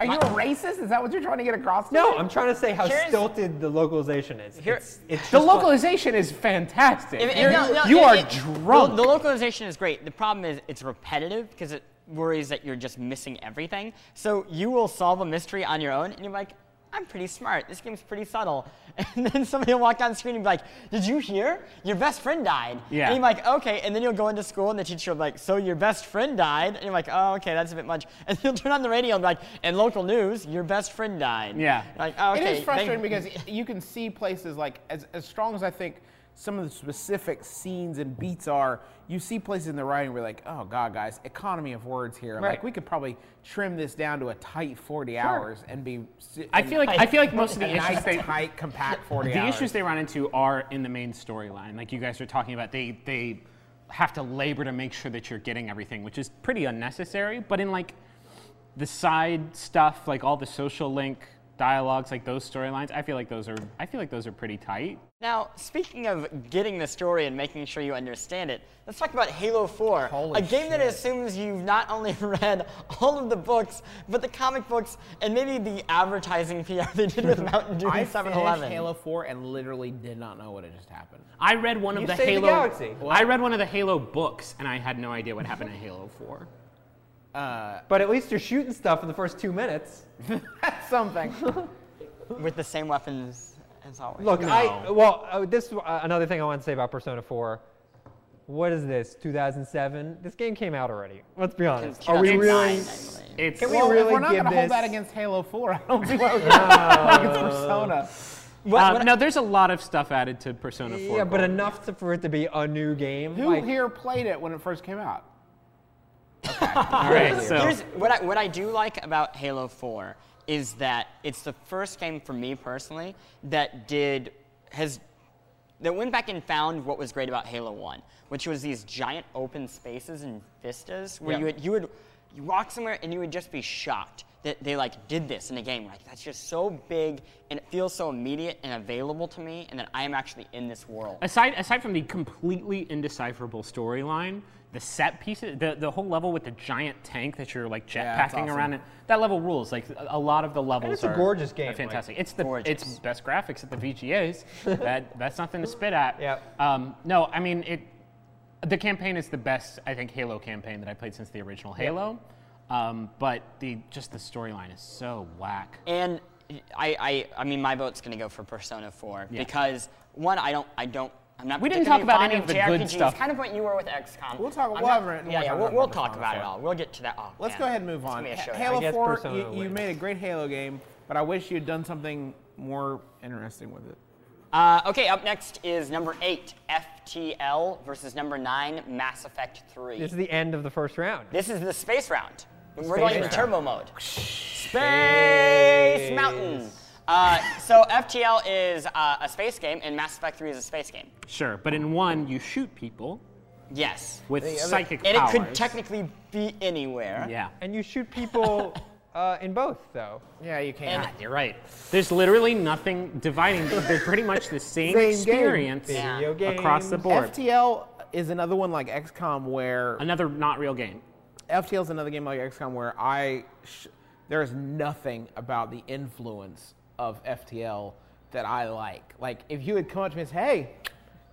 Speaker 1: Are you a racist? Is that what you're trying to get across? to
Speaker 3: No,
Speaker 1: me?
Speaker 3: I'm trying to say how
Speaker 5: Here's-
Speaker 3: stilted the localization is.
Speaker 5: Here-
Speaker 3: it's, it's
Speaker 2: the
Speaker 3: just like-
Speaker 2: localization is fantastic.
Speaker 5: If- if-
Speaker 2: You're-
Speaker 5: no, no,
Speaker 2: you
Speaker 5: it-
Speaker 2: are
Speaker 5: it-
Speaker 2: drunk.
Speaker 5: The, the localization is great. The problem is it's repetitive because it worries that you're just missing everything. So you will solve a mystery on your own, and you're like, I'm pretty smart. This game's pretty subtle. And then somebody will walk down the screen and be like, Did you hear? Your best friend died.
Speaker 2: Yeah.
Speaker 5: And you're like, Okay. And then you'll go into school, and the teacher will be like, So your best friend died? And you're like, Oh, okay, that's a bit much. And you'll turn on the radio and be like, And local news, your best friend died.
Speaker 2: Yeah.
Speaker 5: Like, "Oh, okay.
Speaker 1: it is
Speaker 5: thank-
Speaker 1: frustrating because you can see places like as, as strong as I think some of the specific scenes and beats are, you see places in the writing where you're like, oh god, guys, economy of words here. Like
Speaker 3: Right.
Speaker 1: we could probably trim this down to a tight 40 hours and be. si-
Speaker 2: I
Speaker 1: and
Speaker 2: feel like I feel like most of
Speaker 1: a
Speaker 2: the issues
Speaker 1: nice,
Speaker 2: they
Speaker 1: tight, compact 40
Speaker 2: the
Speaker 1: hours.
Speaker 2: issues they run into are in the main storyline. Like you guys are talking about, they they have to labor to make sure that you're getting everything, which is pretty unnecessary. But in like the side stuff, like all the social link dialogues, like those storylines, I feel like those are I feel like those are pretty tight.
Speaker 5: Now, speaking of getting the story and making sure you understand it, let's talk about Halo 4, a game that assumes you've not only read all of the books, but the comic books and maybe the advertising PR they did with Mountain Dew
Speaker 1: I
Speaker 5: and
Speaker 1: finished
Speaker 5: 7-Eleven.
Speaker 1: Halo 4 and literally did not know what had just happened.
Speaker 2: I read one of
Speaker 3: You
Speaker 2: the
Speaker 3: saved the
Speaker 2: Halo.
Speaker 3: galaxy.
Speaker 2: I read one of the Halo books, and I had no idea what happened in Halo Four.
Speaker 3: But at least you're shooting stuff in the first two minutes.
Speaker 1: Something.
Speaker 5: with the same weapons as always.
Speaker 3: Look, I
Speaker 2: No.
Speaker 3: well, uh, this is, uh, another thing I want to say about Persona 4. What is this? 2007? This game came out already. Let's be honest. Oh, Are we really?
Speaker 5: 2009, I believe.
Speaker 2: It's
Speaker 3: Can we
Speaker 1: Well, if
Speaker 3: really
Speaker 1: we're not
Speaker 3: give
Speaker 1: gonna hold that
Speaker 3: this-
Speaker 1: against Halo 4. I don't see why we're like it's Persona.
Speaker 2: Uh,
Speaker 5: what-
Speaker 2: no, there's a lot of stuff added to Persona 4.
Speaker 3: Yeah, but
Speaker 2: Golden.
Speaker 3: enough to, for it to be a new game.
Speaker 1: Who
Speaker 3: like-
Speaker 1: here played it when it first came out?
Speaker 2: all right. So
Speaker 5: Here's what I, what I do like about Halo 4 is that it's the first game for me personally that did has that went back and found what was great about Halo 1, which was these giant open spaces and vistas where
Speaker 3: Yeah.
Speaker 5: you would, you would you walk somewhere and you would just be shocked that they like did this in a game. Like that's just so big and it feels so immediate and available to me, and that I am actually in this world.
Speaker 2: aside aside from the completely indecipherable storyline, the set pieces, the, the whole level with the giant tank that you're like
Speaker 1: that's
Speaker 2: jetpacking
Speaker 1: awesome.
Speaker 2: around, in, that level rules. Like a a lot of the levels
Speaker 3: it's a
Speaker 2: are-
Speaker 3: gorgeous
Speaker 2: are
Speaker 3: game, like,
Speaker 2: fantastic. it's the it's
Speaker 5: gorgeous.
Speaker 2: best graphics at the VGAs. that that's nothing to spit at.
Speaker 3: Yep.
Speaker 2: Um, no, I mean it. The campaign is the best I think Halo campaign that I played since the original Halo. Um, but the just the storyline is so whack.
Speaker 5: And I, I, I mean, my vote's gonna go for Persona 4 because one, I don't, I don't, I'm not.
Speaker 2: We didn't talk
Speaker 5: particularly
Speaker 2: about
Speaker 5: fond
Speaker 2: any of the good
Speaker 5: JRPGs,
Speaker 2: stuff.
Speaker 5: Kind of what you were with XCOM.
Speaker 1: We'll talk-
Speaker 5: I'm
Speaker 1: we'll
Speaker 5: not-
Speaker 1: have it- we'll
Speaker 5: Yeah, yeah,
Speaker 1: talk
Speaker 5: we'll,
Speaker 1: about
Speaker 5: we'll
Speaker 1: Persona
Speaker 5: talk about it
Speaker 1: 4.
Speaker 5: all. We'll get to that. Oh,
Speaker 1: Let's
Speaker 5: man.
Speaker 1: go ahead and move
Speaker 5: It's
Speaker 1: on.
Speaker 5: gonna be a
Speaker 1: Ha-
Speaker 5: show.
Speaker 3: I
Speaker 1: Halo
Speaker 3: guess
Speaker 1: 4,
Speaker 3: Persona
Speaker 1: you, you
Speaker 3: wins.
Speaker 1: made a great Halo game, but I wish you had done something more interesting with it.
Speaker 5: Uh, okay, up next is number eight, FTL versus number nine, Mass Effect 3.
Speaker 3: This is the end of the first round.
Speaker 5: This is the space round. We're
Speaker 3: Space
Speaker 5: going into
Speaker 3: round.
Speaker 5: turbo mode. Space Mountain. Uh, so FTL is uh, a space game, and Mass Effect 3 is a space game.
Speaker 2: Sure, but in one you shoot people
Speaker 5: Yes.
Speaker 2: with psychic
Speaker 5: And
Speaker 2: powers.
Speaker 5: it could technically be anywhere.
Speaker 2: yeah.
Speaker 3: And you shoot people uh, in both, though.
Speaker 1: Yeah, you
Speaker 5: And
Speaker 1: can't.
Speaker 2: You're right. There's literally nothing dividing. them. They're pretty much the same,
Speaker 1: Same game.
Speaker 2: experience
Speaker 5: Yeah.
Speaker 3: Video games.
Speaker 2: across the board.
Speaker 1: FTL is another one like XCOM where
Speaker 2: Another not real game.
Speaker 1: FTL is another game like XCOM where I sh- there is nothing about the influence of FTL that I like. Like if you had come up to me and said, "Hey,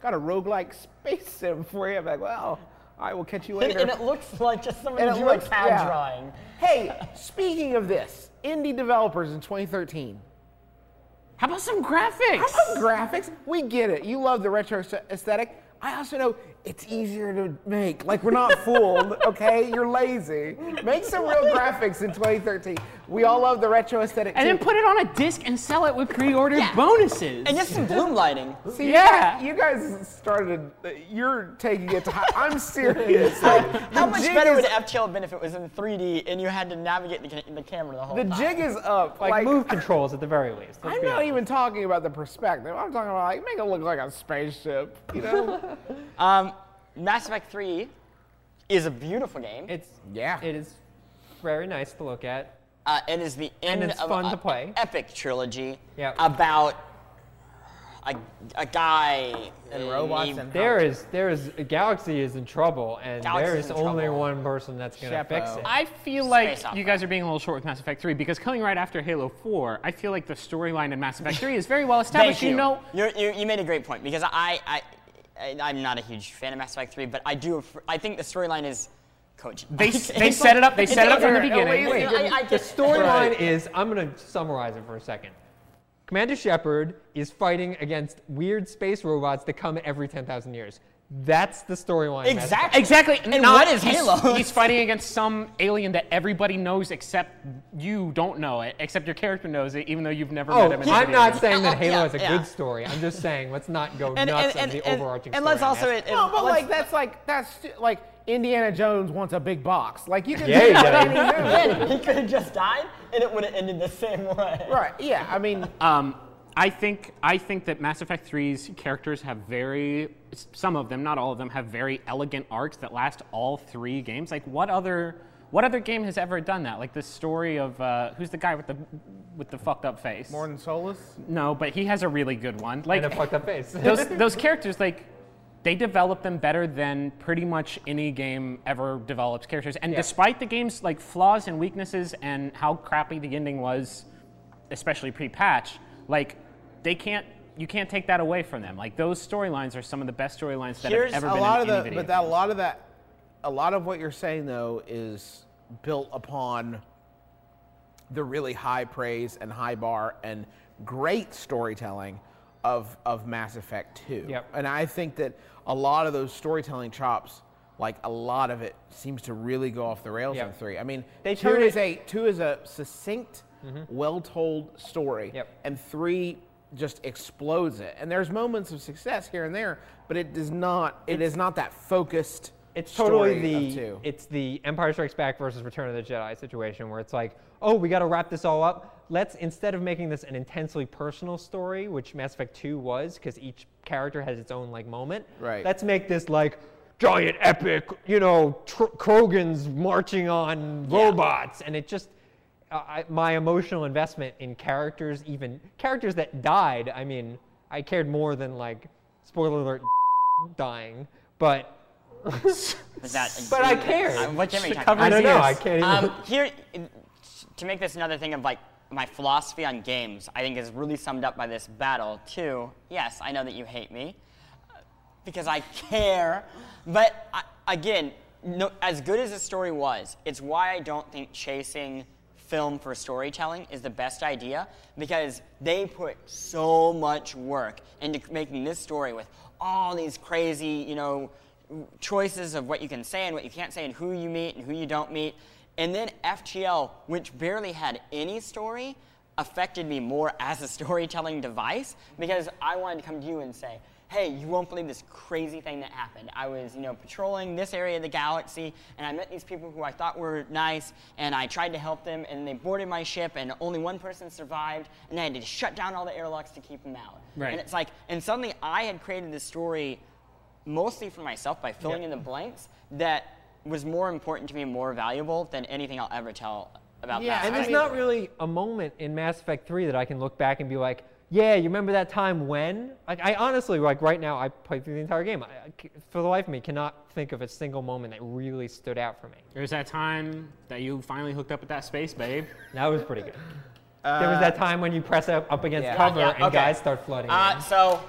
Speaker 1: got a roguelike space sim for you," I'd be like, "Well, I will catch you
Speaker 5: And,
Speaker 1: later."
Speaker 5: and it looks like just somebody
Speaker 1: And it
Speaker 5: drew
Speaker 1: looks-
Speaker 5: a CAD
Speaker 1: yeah.
Speaker 5: drawing.
Speaker 1: hey, speaking of this, indie developers in 2013.
Speaker 2: How about some graphics?
Speaker 1: I love graphics. We get it. You love the retro aesthe- aesthetic. I also know it's easier to make. Like we're not fooled, okay? You're lazy. Make some real graphics in 2013. We all love the retro aesthetic.
Speaker 2: and then
Speaker 1: too.
Speaker 2: put it on a disc and sell it with pre-ordered
Speaker 5: Yeah.
Speaker 2: bonuses.
Speaker 5: And just some bloom lighting.
Speaker 1: See,
Speaker 2: Yeah.
Speaker 1: you guys started. uh, You're taking it to. High, I'm serious. Like,
Speaker 5: How
Speaker 1: the
Speaker 5: much
Speaker 1: jig
Speaker 5: better
Speaker 1: is,
Speaker 5: would FTL have been if it was in 3D and you had to navigate the, ca- the camera the whole
Speaker 1: The
Speaker 5: time?
Speaker 1: jig is up.
Speaker 3: Like,
Speaker 1: Like,
Speaker 3: move controls at the very least. let's
Speaker 1: I'm
Speaker 3: be
Speaker 1: not
Speaker 3: honest.
Speaker 1: even talking about the perspective. I'm talking about like make it look like a spaceship. You know?
Speaker 5: Um, Mass Effect 3 is a beautiful game.
Speaker 3: It's
Speaker 1: Yeah.
Speaker 3: It is very nice to look at.
Speaker 5: Uh, it is the end
Speaker 3: it's
Speaker 5: of
Speaker 3: fun
Speaker 5: a-
Speaker 3: to play.
Speaker 5: epic trilogy
Speaker 3: Yep.
Speaker 5: about a, a guy
Speaker 1: And robots
Speaker 5: he-
Speaker 1: and-
Speaker 3: There is, there is, Galaxy is in trouble, and
Speaker 5: Galaxy
Speaker 3: there
Speaker 5: is
Speaker 3: is
Speaker 5: in
Speaker 3: only
Speaker 5: trouble.
Speaker 3: one person that's gonna fix
Speaker 1: Chapo.
Speaker 3: it.
Speaker 2: I feel like
Speaker 5: opera.
Speaker 2: you guys are being a little short with Mass Effect 3 because coming right after Halo 4, I feel like the storyline in Mass Effect 3 is very well established.
Speaker 5: Thank you.
Speaker 2: know,
Speaker 5: You're- you you made a great point because I, I, I I'm not a huge fan of Mass Effect 3, but I do. aff- I think the storyline is cogent.
Speaker 2: They-
Speaker 5: It's-
Speaker 2: they
Speaker 5: it's
Speaker 2: set it up- they
Speaker 5: it's-
Speaker 2: set it up from the
Speaker 5: it's-
Speaker 2: beginning.
Speaker 5: it's-
Speaker 2: Wait,
Speaker 5: I- I
Speaker 3: the
Speaker 5: get-
Speaker 3: storyline is I'm going to summarize it for a second. Commander Shepard is fighting against weird space robots that come every 10,000 years. That's the storyline. Mass Effect.
Speaker 5: Exactly.
Speaker 2: Exactly.
Speaker 5: And
Speaker 2: not-
Speaker 5: what is
Speaker 2: he's-
Speaker 5: Halo?
Speaker 2: He's fighting against some alien that everybody knows except you don't know it, except your character knows it, even though you've never
Speaker 3: Oh,
Speaker 2: met him. in a
Speaker 3: I'm
Speaker 2: video
Speaker 3: not
Speaker 2: game.
Speaker 3: saying
Speaker 5: Yeah,
Speaker 3: that Halo
Speaker 5: yeah,
Speaker 3: is a
Speaker 5: yeah.
Speaker 3: good story. I'm just saying let's not go
Speaker 5: And,
Speaker 3: nuts
Speaker 5: and,
Speaker 3: on
Speaker 5: and,
Speaker 3: the
Speaker 5: and,
Speaker 3: overarching
Speaker 5: and
Speaker 3: story.
Speaker 5: let's also it, it-
Speaker 1: No, but
Speaker 5: let's-
Speaker 1: like that's like that's stu- like Indiana Jones wants a big box. Like you can
Speaker 3: Yeah,
Speaker 1: do
Speaker 3: yeah.
Speaker 1: that. any movie.
Speaker 5: Again, he could have just died, and it would have ended the same way.
Speaker 1: Right. Yeah. I mean,
Speaker 2: Um, I think I think that Mass Effect 3's characters have very s- some of them, not all of them, have very elegant arcs that last all three games. Like what other what other game has ever done that? Like the story of uh, who's the guy with the with the fucked up face?
Speaker 1: Morton Solus.
Speaker 2: No, but he has a really good one. Like
Speaker 3: and a fucked up face.
Speaker 2: those those characters like they develop them better than pretty much any game ever develops characters and despite the game's like flaws and weaknesses and how crappy the ending was especially pre-patch like they can't you can't take that away from them like those storylines are some of the best storylines that
Speaker 5: Here's
Speaker 2: have ever
Speaker 1: a
Speaker 2: been
Speaker 1: lot of
Speaker 2: in any
Speaker 1: the,
Speaker 2: video
Speaker 1: but that a lot of that, a lot of what you're saying though is built upon the really high praise and high bar and great storytelling of of Mass Effect 2.
Speaker 3: Yep.
Speaker 1: And I think that a lot of those storytelling chops, like a lot of it, seems to really go off the rails
Speaker 3: Yep.
Speaker 1: in three. I mean,
Speaker 3: They
Speaker 1: two
Speaker 3: turn
Speaker 1: is
Speaker 3: it-
Speaker 1: a two is a succinct, well-told story,
Speaker 3: Yep.
Speaker 1: and three just explodes it. And there's moments of success here and there, but it does not. It is not that focused.
Speaker 3: it's totally
Speaker 1: story of
Speaker 3: the
Speaker 1: two.
Speaker 3: it's the Empire Strikes Back versus Return of the Jedi situation where it's like, oh, we got to wrap this all up. Let's instead of making this an intensely personal story, which Mass Effect 2 was, because each character has its own like moment.
Speaker 1: Right.
Speaker 3: Let's make this like giant epic, you know, tr- Krogans marching on robots, and it just. I, I- my emotional investment in characters, even characters that died. I mean, I cared more than like, spoiler alert, dying. But
Speaker 5: Is that-
Speaker 3: But I care.
Speaker 5: Uh, what game are you talking
Speaker 2: Cover
Speaker 5: about?
Speaker 3: I don't
Speaker 2: his
Speaker 3: know.
Speaker 2: ears.
Speaker 3: I can't even.
Speaker 5: Um, here, to make this another thing of like my philosophy on games, I think is really summed up by this battle too. Yes, I know that you hate me uh, because I care, but I, again, no, as good as the story was, it's why I don't think chasing film for storytelling is the best idea because they put so much work into making this story with all these crazy, you know, choices of what you can say and what you can't say and who you meet and who you don't meet. And then FTL, which barely had any story, affected me more as a storytelling device because I wanted to come to you and say, hey, you won't believe this crazy thing that happened. I was, you know, patrolling this area of the galaxy and I met these people who I thought were nice and I tried to help them and they boarded my ship and only one person survived and I had to shut down all the airlocks to keep them out.
Speaker 2: Right.
Speaker 5: And it's like, and suddenly I had created this story mostly for myself by filling in the blanks that was more important to me, more valuable than anything I'll ever tell about
Speaker 1: Yeah,
Speaker 5: Mass
Speaker 1: and
Speaker 3: And there's
Speaker 5: Effect.
Speaker 3: not really a moment in Mass Effect 3 that I can look back and be like, yeah, you remember that time when? Like, I honestly, like right now, I played through the entire game. I, I c- for the life of me, cannot think of a single moment that really stood out for me.
Speaker 2: there's that time that you finally hooked up with that space babe
Speaker 3: That was pretty good. there was that time when you press up, up against
Speaker 1: yeah.
Speaker 3: cover
Speaker 5: Uh, Yeah,
Speaker 3: and
Speaker 5: okay.
Speaker 3: guys start flooding.
Speaker 5: Uh,
Speaker 3: in.
Speaker 5: so,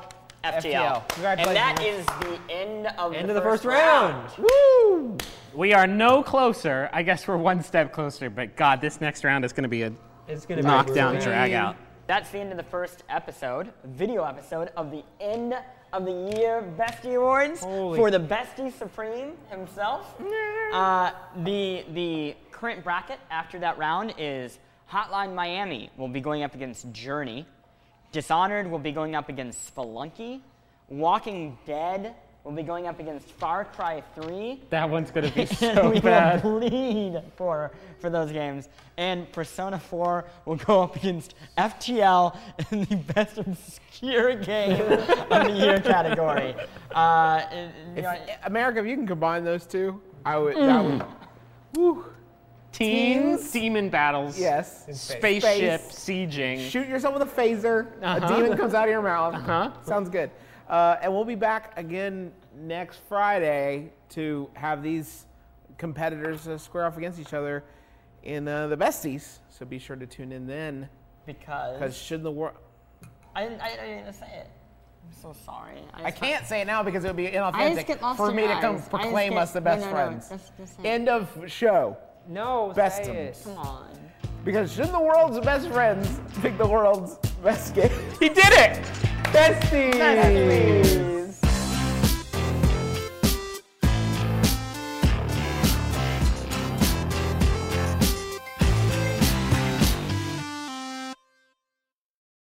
Speaker 5: FTL.
Speaker 1: FTL.
Speaker 5: And that is the end of
Speaker 3: End
Speaker 5: the
Speaker 3: of the
Speaker 5: first
Speaker 3: first round.
Speaker 2: we are no closer i guess we're one step closer but god this next round is going to be a
Speaker 3: It's gonna be
Speaker 2: knockdown
Speaker 3: brutal.
Speaker 2: drag out
Speaker 5: That's the end of the first episode, video episode of the end of the year Bestie Awards
Speaker 3: Holy-
Speaker 5: for the Bestie Supreme himself. Uh, the the current bracket after that round is Hotline Miami will be going up against Journey. Dishonored will be going up against Spelunky. Walking Dead will be going up against Far Cry 3
Speaker 2: that one's going to be
Speaker 5: and
Speaker 2: so
Speaker 5: we
Speaker 2: bad
Speaker 5: will bleed for for those games. And Persona 4 will go up against FTL in the best obscure game of the year category. Uh, and- and, you know,
Speaker 1: America, if you can combine those two, I would. That
Speaker 3: Mm.
Speaker 1: would whew,
Speaker 2: teens demon battles
Speaker 1: yes.
Speaker 2: spaceship
Speaker 1: Space.
Speaker 2: sieging.
Speaker 1: Shoot yourself with a phaser. A
Speaker 2: Uh-huh.
Speaker 1: demon comes out of your mouth.
Speaker 3: Uh-huh.
Speaker 1: Sounds good. Uh, and we'll be back again next Friday to have these competitors uh, square off against each other in uh, the besties. So be sure to tune in then, because
Speaker 5: because
Speaker 1: should the world.
Speaker 5: I didn't, I didn't even say it. I'm so sorry.
Speaker 1: I
Speaker 5: just-
Speaker 1: can't say it now because it would be
Speaker 5: I just get
Speaker 1: inauthentic
Speaker 5: lost
Speaker 1: for
Speaker 5: in
Speaker 1: me to
Speaker 5: eyes. I
Speaker 1: come
Speaker 5: just
Speaker 1: proclaim
Speaker 5: get-
Speaker 1: us the best
Speaker 5: no, no, no,
Speaker 1: friends.
Speaker 5: just- just say it.
Speaker 1: End of show.
Speaker 3: No,
Speaker 1: Best
Speaker 3: say
Speaker 1: em.
Speaker 3: it.
Speaker 5: Come on.
Speaker 1: Because shouldn't the world's best friends pick the world's best game?
Speaker 2: He did it!
Speaker 1: Besties!